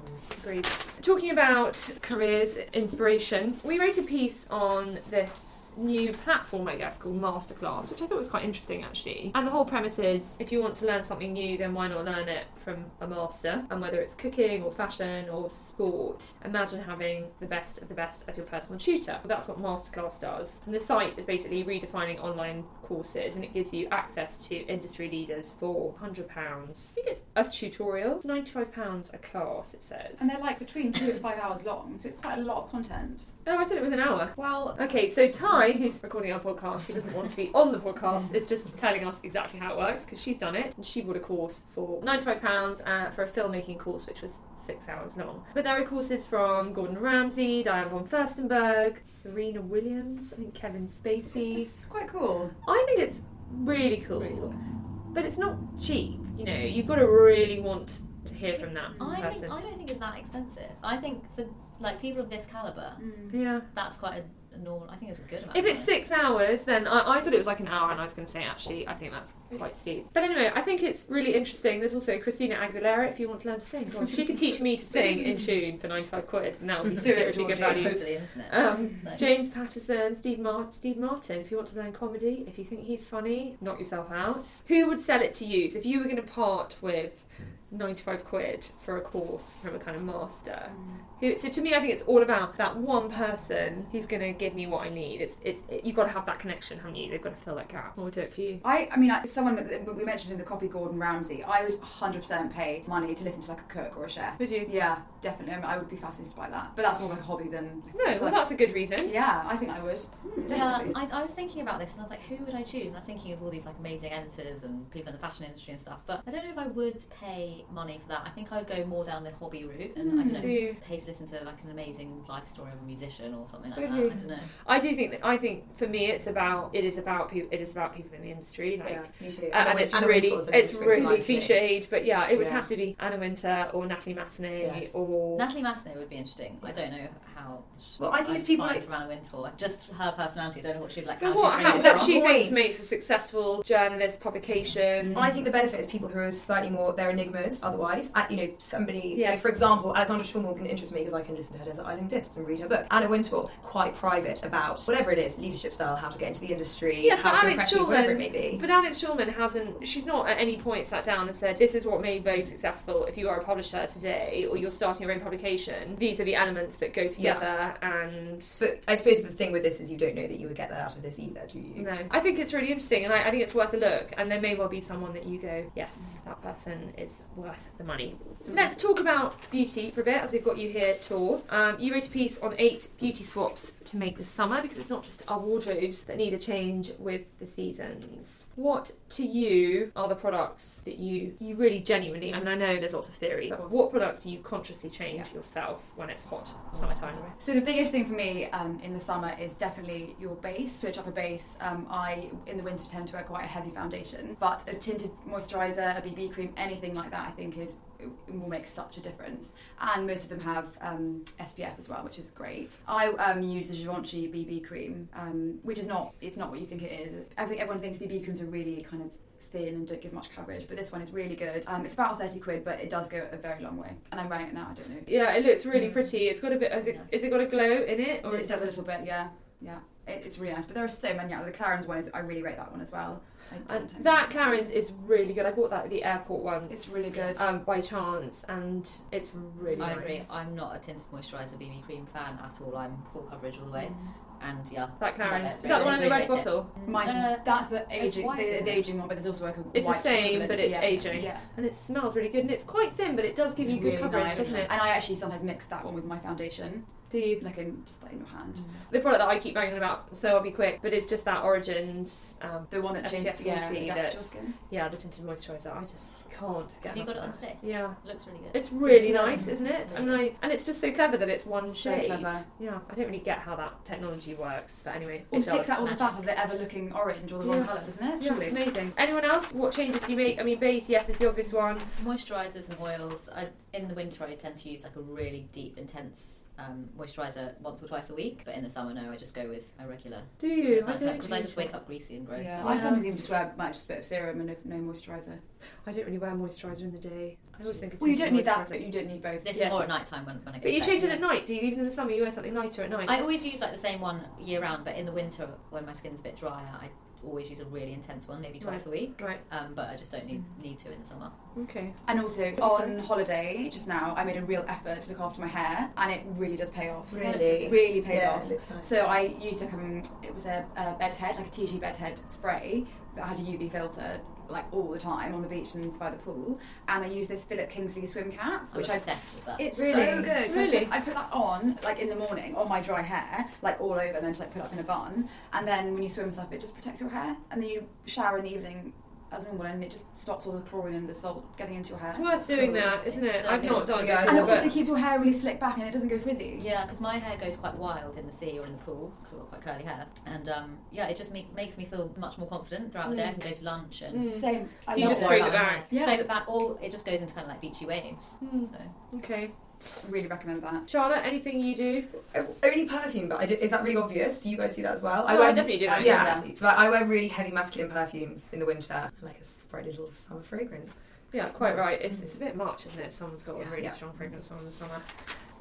[SPEAKER 1] Agreed. Talking about careers, inspiration, we wrote a piece on this new platform, I guess, called Masterclass, which I thought was quite interesting actually. And the whole premise is if you want to learn something new, then why not learn it from a master? And whether it's cooking or fashion or sport, imagine having the best of the best as your personal tutor. That's what Masterclass does. And the site is basically redefining online courses and it gives you access to industry leaders for £100. I think it's a tutorial, It's £95 a class, it says.
[SPEAKER 3] and they're like between two and five hours long so it's quite a lot of content
[SPEAKER 1] Oh, I thought it was an hour.
[SPEAKER 3] well
[SPEAKER 1] Okay, so Ty, who's recording our podcast, who doesn't want to be on the podcast, is just telling us exactly how it works because she's done it. And she bought a course for £95 uh, for a filmmaking course, which was six hours long. But there are courses from Gordon Ramsay, Diane von Furstenberg, Serena Williams, I think Kevin Spacey.
[SPEAKER 3] it's quite cool
[SPEAKER 1] I think it's really cool,
[SPEAKER 3] really cool.
[SPEAKER 1] but it's not cheap. You know, you've got to really want to hear
[SPEAKER 4] See,
[SPEAKER 1] from that
[SPEAKER 4] I
[SPEAKER 1] person.
[SPEAKER 4] think, I don't think it's that expensive. I think for like people of this caliber,
[SPEAKER 1] yeah.
[SPEAKER 4] that's quite a, a normal. I think it's a good amount.
[SPEAKER 1] If
[SPEAKER 4] of
[SPEAKER 1] it's
[SPEAKER 4] money.
[SPEAKER 1] six hours, then I, I thought it was like an hour, and I was going to say actually, I think that's quite steep. But anyway, I think it's really interesting. There's also Christina Aguilera if you want to learn to sing. God, if she could teach me to sing in tune for 95 quid, and that would be
[SPEAKER 3] Do it,
[SPEAKER 1] seriously good
[SPEAKER 3] Georgie.
[SPEAKER 1] value.
[SPEAKER 4] over the internet.
[SPEAKER 1] Um,
[SPEAKER 4] Like-
[SPEAKER 1] James Patterson, Steve, Mar- Steve Martin, if you want to learn comedy, if you think he's funny, knock yourself out. Who would sell it to you? So if you were going to part with 95 quid for a course from a kind of master, who, so to me, I think it's all about that one person who's going to give me what I need. It's, it's it, You've got to have that connection, haven't you? They've got to fill that gap. I'll do it for you.
[SPEAKER 3] I, I mean, I, someone that we mentioned in the copy, Gordon Ramsay. I would 100% pay money to listen to like a cook or a chef.
[SPEAKER 1] Would you?
[SPEAKER 3] Yeah, definitely. I, mean, I would be fascinated by that. But that's more like a hobby than.
[SPEAKER 1] No, well, that's a good reason.
[SPEAKER 3] Yeah, I think I would.
[SPEAKER 4] Yeah,
[SPEAKER 3] Definitely.
[SPEAKER 4] I, I was thinking about this and I was like, who would I choose? And I was thinking of all these like amazing editors and people in the fashion industry and stuff. But I don't know if I would pay money for that. I think I would go more down the hobby route and I don't know,
[SPEAKER 1] Yeah.
[SPEAKER 4] pay to listen to like an amazing life story of a musician or something like
[SPEAKER 1] Would
[SPEAKER 4] that.
[SPEAKER 1] you?
[SPEAKER 4] I don't know.
[SPEAKER 1] I do think that I think for me it's about it is about people it is about people in the industry like
[SPEAKER 2] Yeah. Me too.
[SPEAKER 1] and,
[SPEAKER 2] Anna
[SPEAKER 1] it's
[SPEAKER 2] Wintour- Anna
[SPEAKER 1] really
[SPEAKER 2] Wintour's the
[SPEAKER 1] it's
[SPEAKER 2] next person
[SPEAKER 1] really
[SPEAKER 2] I think.
[SPEAKER 1] cliched but yeah it would
[SPEAKER 2] Yeah.
[SPEAKER 1] have to be Anna Winter or Natalie Massenet
[SPEAKER 2] Yes.
[SPEAKER 1] or
[SPEAKER 4] Natalie Massenet would be interesting. I don't know how.
[SPEAKER 2] Well, I think
[SPEAKER 4] I'd
[SPEAKER 2] it's people
[SPEAKER 4] find
[SPEAKER 2] like-
[SPEAKER 4] from Anna Wintour. Just her personality. I don't know what she'd like.
[SPEAKER 1] but
[SPEAKER 4] how
[SPEAKER 1] what
[SPEAKER 4] she'd
[SPEAKER 1] how,
[SPEAKER 4] bring
[SPEAKER 2] that
[SPEAKER 1] that
[SPEAKER 4] it
[SPEAKER 2] from.
[SPEAKER 1] she thinks
[SPEAKER 2] Point.
[SPEAKER 1] makes a successful journalist publication
[SPEAKER 2] And I think the benefit is people who are slightly more, they're enigmas otherwise. Uh, you know, somebody,
[SPEAKER 1] Yeah.
[SPEAKER 2] so for example, Alexandra Schulman would interest me because I can listen to her Desert Island Discs and read her book. Anna Wintour, quite private about whatever it is, leadership style, how to get into the industry,
[SPEAKER 1] Yes,
[SPEAKER 2] how
[SPEAKER 1] but
[SPEAKER 2] to
[SPEAKER 1] Alex
[SPEAKER 2] impress people, whatever it
[SPEAKER 1] Schulman-
[SPEAKER 2] may be.
[SPEAKER 1] But Alex Schulman hasn't, she's not at any point sat down and said, this is what made Vogue successful if you are a publisher today or you're starting your own publication. These are the elements that go together and.
[SPEAKER 2] But I suppose the thing with this is you don't know that you would get that out of this either, do you?
[SPEAKER 1] No, I think it's really interesting, and I, I think it's worth a look. And there may well be someone that you go, yes, that person is worth the money. So let's talk about beauty for a bit, as we've got you here, Tor. Um, you wrote a piece on eight beauty swaps to make this summer, because it's not just our wardrobes that need a change with the seasons. What to you are the products that you you really genuinely? I mean, I know there's lots of theory, but what products do you consciously change yourself when it's hot summertime?
[SPEAKER 3] So the biggest thing for me um, in the summer is definitely your base. Switch up a base. Um, I in the winter tend to wear quite a heavy foundation, but a tinted moisturizer, a BB cream, anything like that, I think is it will make such a difference. And most of them have um, SPF as well, which is great. I um, use the Givenchy BB cream, um, which is not it's not what you think it is. I think everyone thinks BB creams are really kind of thin and don't give much coverage, but this one is really good. Um, it's about 30 quid, but it does go a very long way. And I'm wearing it now. I don't know.
[SPEAKER 1] Yeah, it looks really pretty. It's got a bit. Has it,
[SPEAKER 4] Nice.
[SPEAKER 1] has it got a glow in it?
[SPEAKER 3] Or
[SPEAKER 1] is
[SPEAKER 3] it does a little bit, yeah, yeah. It, it's really nice, but there are so many. out there. the Clarins one is I really rate that one as well. I
[SPEAKER 1] And
[SPEAKER 3] don't know.
[SPEAKER 1] Uh, that Clarins is really good. I bought that at the airport once.
[SPEAKER 3] it's really good.
[SPEAKER 1] um, by chance, and it's really
[SPEAKER 4] I
[SPEAKER 1] nice.
[SPEAKER 4] agree. I'm not a tinted moisturizer BB cream fan at all. I'm full coverage all the way,
[SPEAKER 1] Mm.
[SPEAKER 4] and yeah,
[SPEAKER 1] That
[SPEAKER 4] Love
[SPEAKER 1] Clarins.
[SPEAKER 4] it.
[SPEAKER 1] Is that the one in the red
[SPEAKER 4] Really great
[SPEAKER 1] bottle?
[SPEAKER 3] Mine's,
[SPEAKER 4] Uh,
[SPEAKER 3] that's the
[SPEAKER 4] it's
[SPEAKER 3] aging,
[SPEAKER 4] white,
[SPEAKER 3] the,
[SPEAKER 4] isn't
[SPEAKER 3] the
[SPEAKER 4] it?
[SPEAKER 3] aging one, but there's also like a
[SPEAKER 1] It's the
[SPEAKER 3] white
[SPEAKER 1] same,
[SPEAKER 3] equivalent,
[SPEAKER 1] but it's
[SPEAKER 3] yeah.
[SPEAKER 1] aging.
[SPEAKER 3] Yeah,
[SPEAKER 1] And it smells really good, and it's quite thin, but it does give
[SPEAKER 3] it's
[SPEAKER 1] you
[SPEAKER 3] really
[SPEAKER 1] good coverage,
[SPEAKER 3] nice,
[SPEAKER 1] doesn't it?
[SPEAKER 3] And I actually sometimes mix that one with my foundation,
[SPEAKER 1] Do you?
[SPEAKER 3] like in just like in your hand.
[SPEAKER 1] The product that I keep banging about, so I'll be quick, but it's just that Origins, um,
[SPEAKER 3] The one that changes,
[SPEAKER 1] SPF
[SPEAKER 3] yeah,
[SPEAKER 1] 40
[SPEAKER 3] it adapts to your
[SPEAKER 1] that's-
[SPEAKER 3] skin.
[SPEAKER 1] yeah, the tinted moisturiser. I just can't get
[SPEAKER 4] Have you
[SPEAKER 1] enough
[SPEAKER 4] got it on
[SPEAKER 1] of that.
[SPEAKER 4] today?
[SPEAKER 1] Yeah.
[SPEAKER 4] It looks really good.
[SPEAKER 1] It's really
[SPEAKER 3] Isn't it?
[SPEAKER 1] nice, isn't it? And I and it's just so clever that it's one
[SPEAKER 3] So
[SPEAKER 1] shade.
[SPEAKER 3] clever.
[SPEAKER 1] Yeah, I don't really get how that technology works, but anyway,
[SPEAKER 3] Also
[SPEAKER 1] it
[SPEAKER 3] takes
[SPEAKER 1] does.
[SPEAKER 3] out all the
[SPEAKER 4] magic.
[SPEAKER 3] faff of it ever looking orange or the wrong
[SPEAKER 1] Yeah.
[SPEAKER 3] colour, doesn't it?
[SPEAKER 1] Yeah,
[SPEAKER 3] Surely.
[SPEAKER 1] amazing. Anyone else? What changes do you make? I mean, base, yes, is the obvious one.
[SPEAKER 4] moisturizers and oils I, in the winter i tend to use like a really deep intense um, moisturizer once or twice a week but in the summer no i just go with a regular
[SPEAKER 1] Do you? I don't.
[SPEAKER 4] because i
[SPEAKER 1] use-
[SPEAKER 4] just wake up greasy and gross
[SPEAKER 3] Yeah,
[SPEAKER 4] So-
[SPEAKER 3] I sometimes even just wear like just a bit of serum and no, no moisturiser.
[SPEAKER 1] I don't really wear moisturiser in the day. I always think. of
[SPEAKER 3] Well, you
[SPEAKER 1] tinted
[SPEAKER 3] don't need that,
[SPEAKER 1] moisturiser.
[SPEAKER 3] but you don't need both.
[SPEAKER 4] this
[SPEAKER 1] Yes.
[SPEAKER 4] is more at night time when, when i go
[SPEAKER 1] But
[SPEAKER 4] to
[SPEAKER 1] you
[SPEAKER 4] bed.
[SPEAKER 1] change it at night, do you? Even in the summer, you wear something lighter at night.
[SPEAKER 4] i always use like the same one year round but in the winter when my skin's a bit drier i always use a really intense one maybe twice a week
[SPEAKER 1] Right.
[SPEAKER 4] um, but i just don't
[SPEAKER 3] Mm.
[SPEAKER 4] need, need to in the summer
[SPEAKER 1] Okay.
[SPEAKER 3] And also on holiday just now, I made a real effort to look after my hair, and it really does pay off.
[SPEAKER 2] Really?
[SPEAKER 3] It really pays
[SPEAKER 2] yeah,
[SPEAKER 3] off.
[SPEAKER 2] It's nice.
[SPEAKER 3] So I used like um, it was a, a bed head, like a TG bed head spray that had a UV filter like all the time on the beach and by the pool, and I used this Philip Kingsley swim cap,
[SPEAKER 4] i'm
[SPEAKER 3] which I.
[SPEAKER 4] obsessed with that
[SPEAKER 3] It's so
[SPEAKER 2] Really?
[SPEAKER 3] good. So I,
[SPEAKER 1] Really?
[SPEAKER 3] put, I put that on like in the morning on my dry hair, like all over, and then just like put it up in a bun. And then when you swim and stuff, it just protects your hair. And then you shower in the evening as normal, and it just stops all the chlorine and the salt getting into your hair.
[SPEAKER 1] It's worth doing that, isn't
[SPEAKER 4] It's
[SPEAKER 1] it?
[SPEAKER 4] so
[SPEAKER 1] I've not
[SPEAKER 4] good.
[SPEAKER 1] done
[SPEAKER 2] Yeah,
[SPEAKER 1] it.
[SPEAKER 2] I
[SPEAKER 3] And it
[SPEAKER 1] before,
[SPEAKER 3] also
[SPEAKER 1] but-
[SPEAKER 3] keeps your hair really slick back and it doesn't go frizzy.
[SPEAKER 4] Yeah, because my hair goes quite wild in the sea or in the pool because I've got quite curly hair, and um, yeah, it just make, makes me feel much more confident throughout the day. I can go to lunch and
[SPEAKER 1] Mm.
[SPEAKER 3] Same. I
[SPEAKER 1] So you
[SPEAKER 3] love
[SPEAKER 1] just
[SPEAKER 3] that.
[SPEAKER 1] straight
[SPEAKER 4] Not
[SPEAKER 1] it
[SPEAKER 4] about
[SPEAKER 1] back.
[SPEAKER 4] my hair.
[SPEAKER 3] Yeah.
[SPEAKER 4] Straight it back, or it just goes into kind of like beachy waves.
[SPEAKER 1] Mm,
[SPEAKER 4] So
[SPEAKER 1] Okay.
[SPEAKER 3] Really recommend that.
[SPEAKER 1] Charlotte, anything you do?
[SPEAKER 2] O- Uh, Only perfume, but I do, is that really obvious? Do you guys do that as well?
[SPEAKER 1] No, Oh, I definitely do that.
[SPEAKER 2] Yeah, but I wear really heavy masculine perfumes in the winter, like a bright little summer fragrance.
[SPEAKER 1] Yeah, that's quite right. It's, it's a bit much, isn't it? If someone's got a really
[SPEAKER 2] Yeah.
[SPEAKER 1] strong fragrance on in the summer.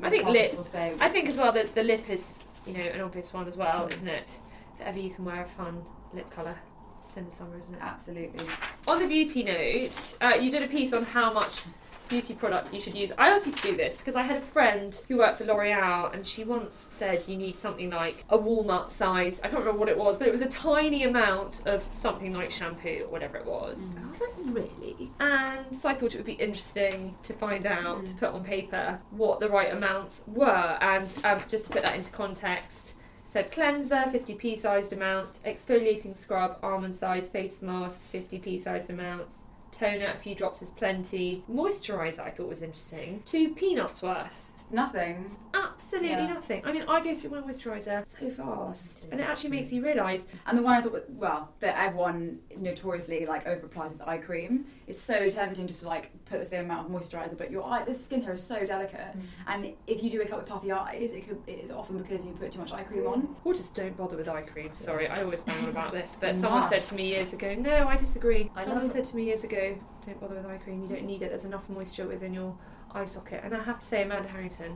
[SPEAKER 1] I think
[SPEAKER 3] Artists
[SPEAKER 1] lit-
[SPEAKER 3] will say,
[SPEAKER 1] I think as well that the lip is, you know, an obvious one as well, isn't it? That ever you can wear a fun lip colour. It's in the summer, isn't it?
[SPEAKER 3] absolutely.
[SPEAKER 1] On the beauty note, uh, you did a piece on how much beauty product you should use. I asked you to do this because I had a friend who worked for L'Oreal and she once said you need something like a walnut size. I can't remember what it was, but it was a tiny amount of something like shampoo or whatever it was. And I was like, really? And so I thought it would be interesting to find out, to put on paper, what the right amounts were. And um, just to put that into context, said cleanser 50p sized amount, exfoliating scrub, almond size face mask 50p sized amounts, toner a few drops is plenty, moisturizer I thought was interesting, two peanuts worth.
[SPEAKER 3] It's nothing.
[SPEAKER 1] Absolutely
[SPEAKER 3] Yeah.
[SPEAKER 1] nothing. I mean, I go through my moisturizer so fast, and it actually makes you realise
[SPEAKER 3] And the one I thought, was- well, that everyone notoriously like over applies is eye cream. It's so tempting just to like put the same amount of moisturizer, but your eye, this skin here is so delicate.
[SPEAKER 1] Mm.
[SPEAKER 3] And if you do wake up with puffy eyes, it could it is often because you put too much eye cream on.
[SPEAKER 1] or just don't bother with eye cream. Sorry, I always bang on about this, but someone said to me years ago, no, I disagree.
[SPEAKER 4] I
[SPEAKER 1] someone
[SPEAKER 4] love-
[SPEAKER 1] said to me years ago, don't bother with eye cream. You don't need it. There's enough moisture within your eye socket. And I have to say, Amanda Harrington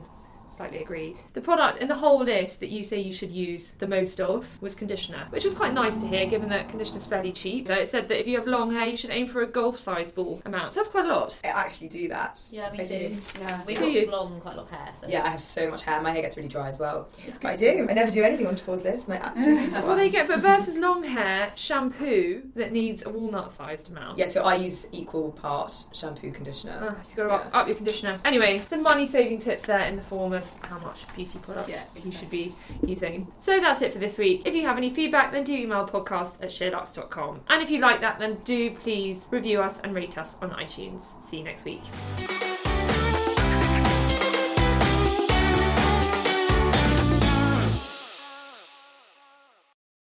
[SPEAKER 1] slightly agreed. The product in the whole list that you say you should use the most of was conditioner, which was quite nice to hear given that conditioner's fairly cheap. So it said that if you have long hair, you should aim for a golf size ball amount. So that's quite a lot.
[SPEAKER 2] I actually do that.
[SPEAKER 4] Yeah, me
[SPEAKER 2] I do.
[SPEAKER 4] too.
[SPEAKER 3] Yeah.
[SPEAKER 4] We've
[SPEAKER 1] Do you?
[SPEAKER 4] got long, quite a lot of hair. So
[SPEAKER 2] Yeah, I have so much hair. My hair gets really dry as well. But I do. I never do anything on tours list, and I actually do that
[SPEAKER 1] Well,
[SPEAKER 2] one.
[SPEAKER 1] there you go. But versus long hair shampoo that needs a walnut sized amount.
[SPEAKER 2] Yeah, so I use equal part shampoo conditioner.
[SPEAKER 1] Ugh, Ah, so you've got to up, up your conditioner. Anyway, some money saving tips there in the form of how much beauty product
[SPEAKER 3] Yeah,
[SPEAKER 1] you should be using. So that's it for this week. If you have any feedback, then do email podcast at sheerlux.com. And if you like that, then do please review us and rate us on iTunes. See you next week.
[SPEAKER 2] Yeah.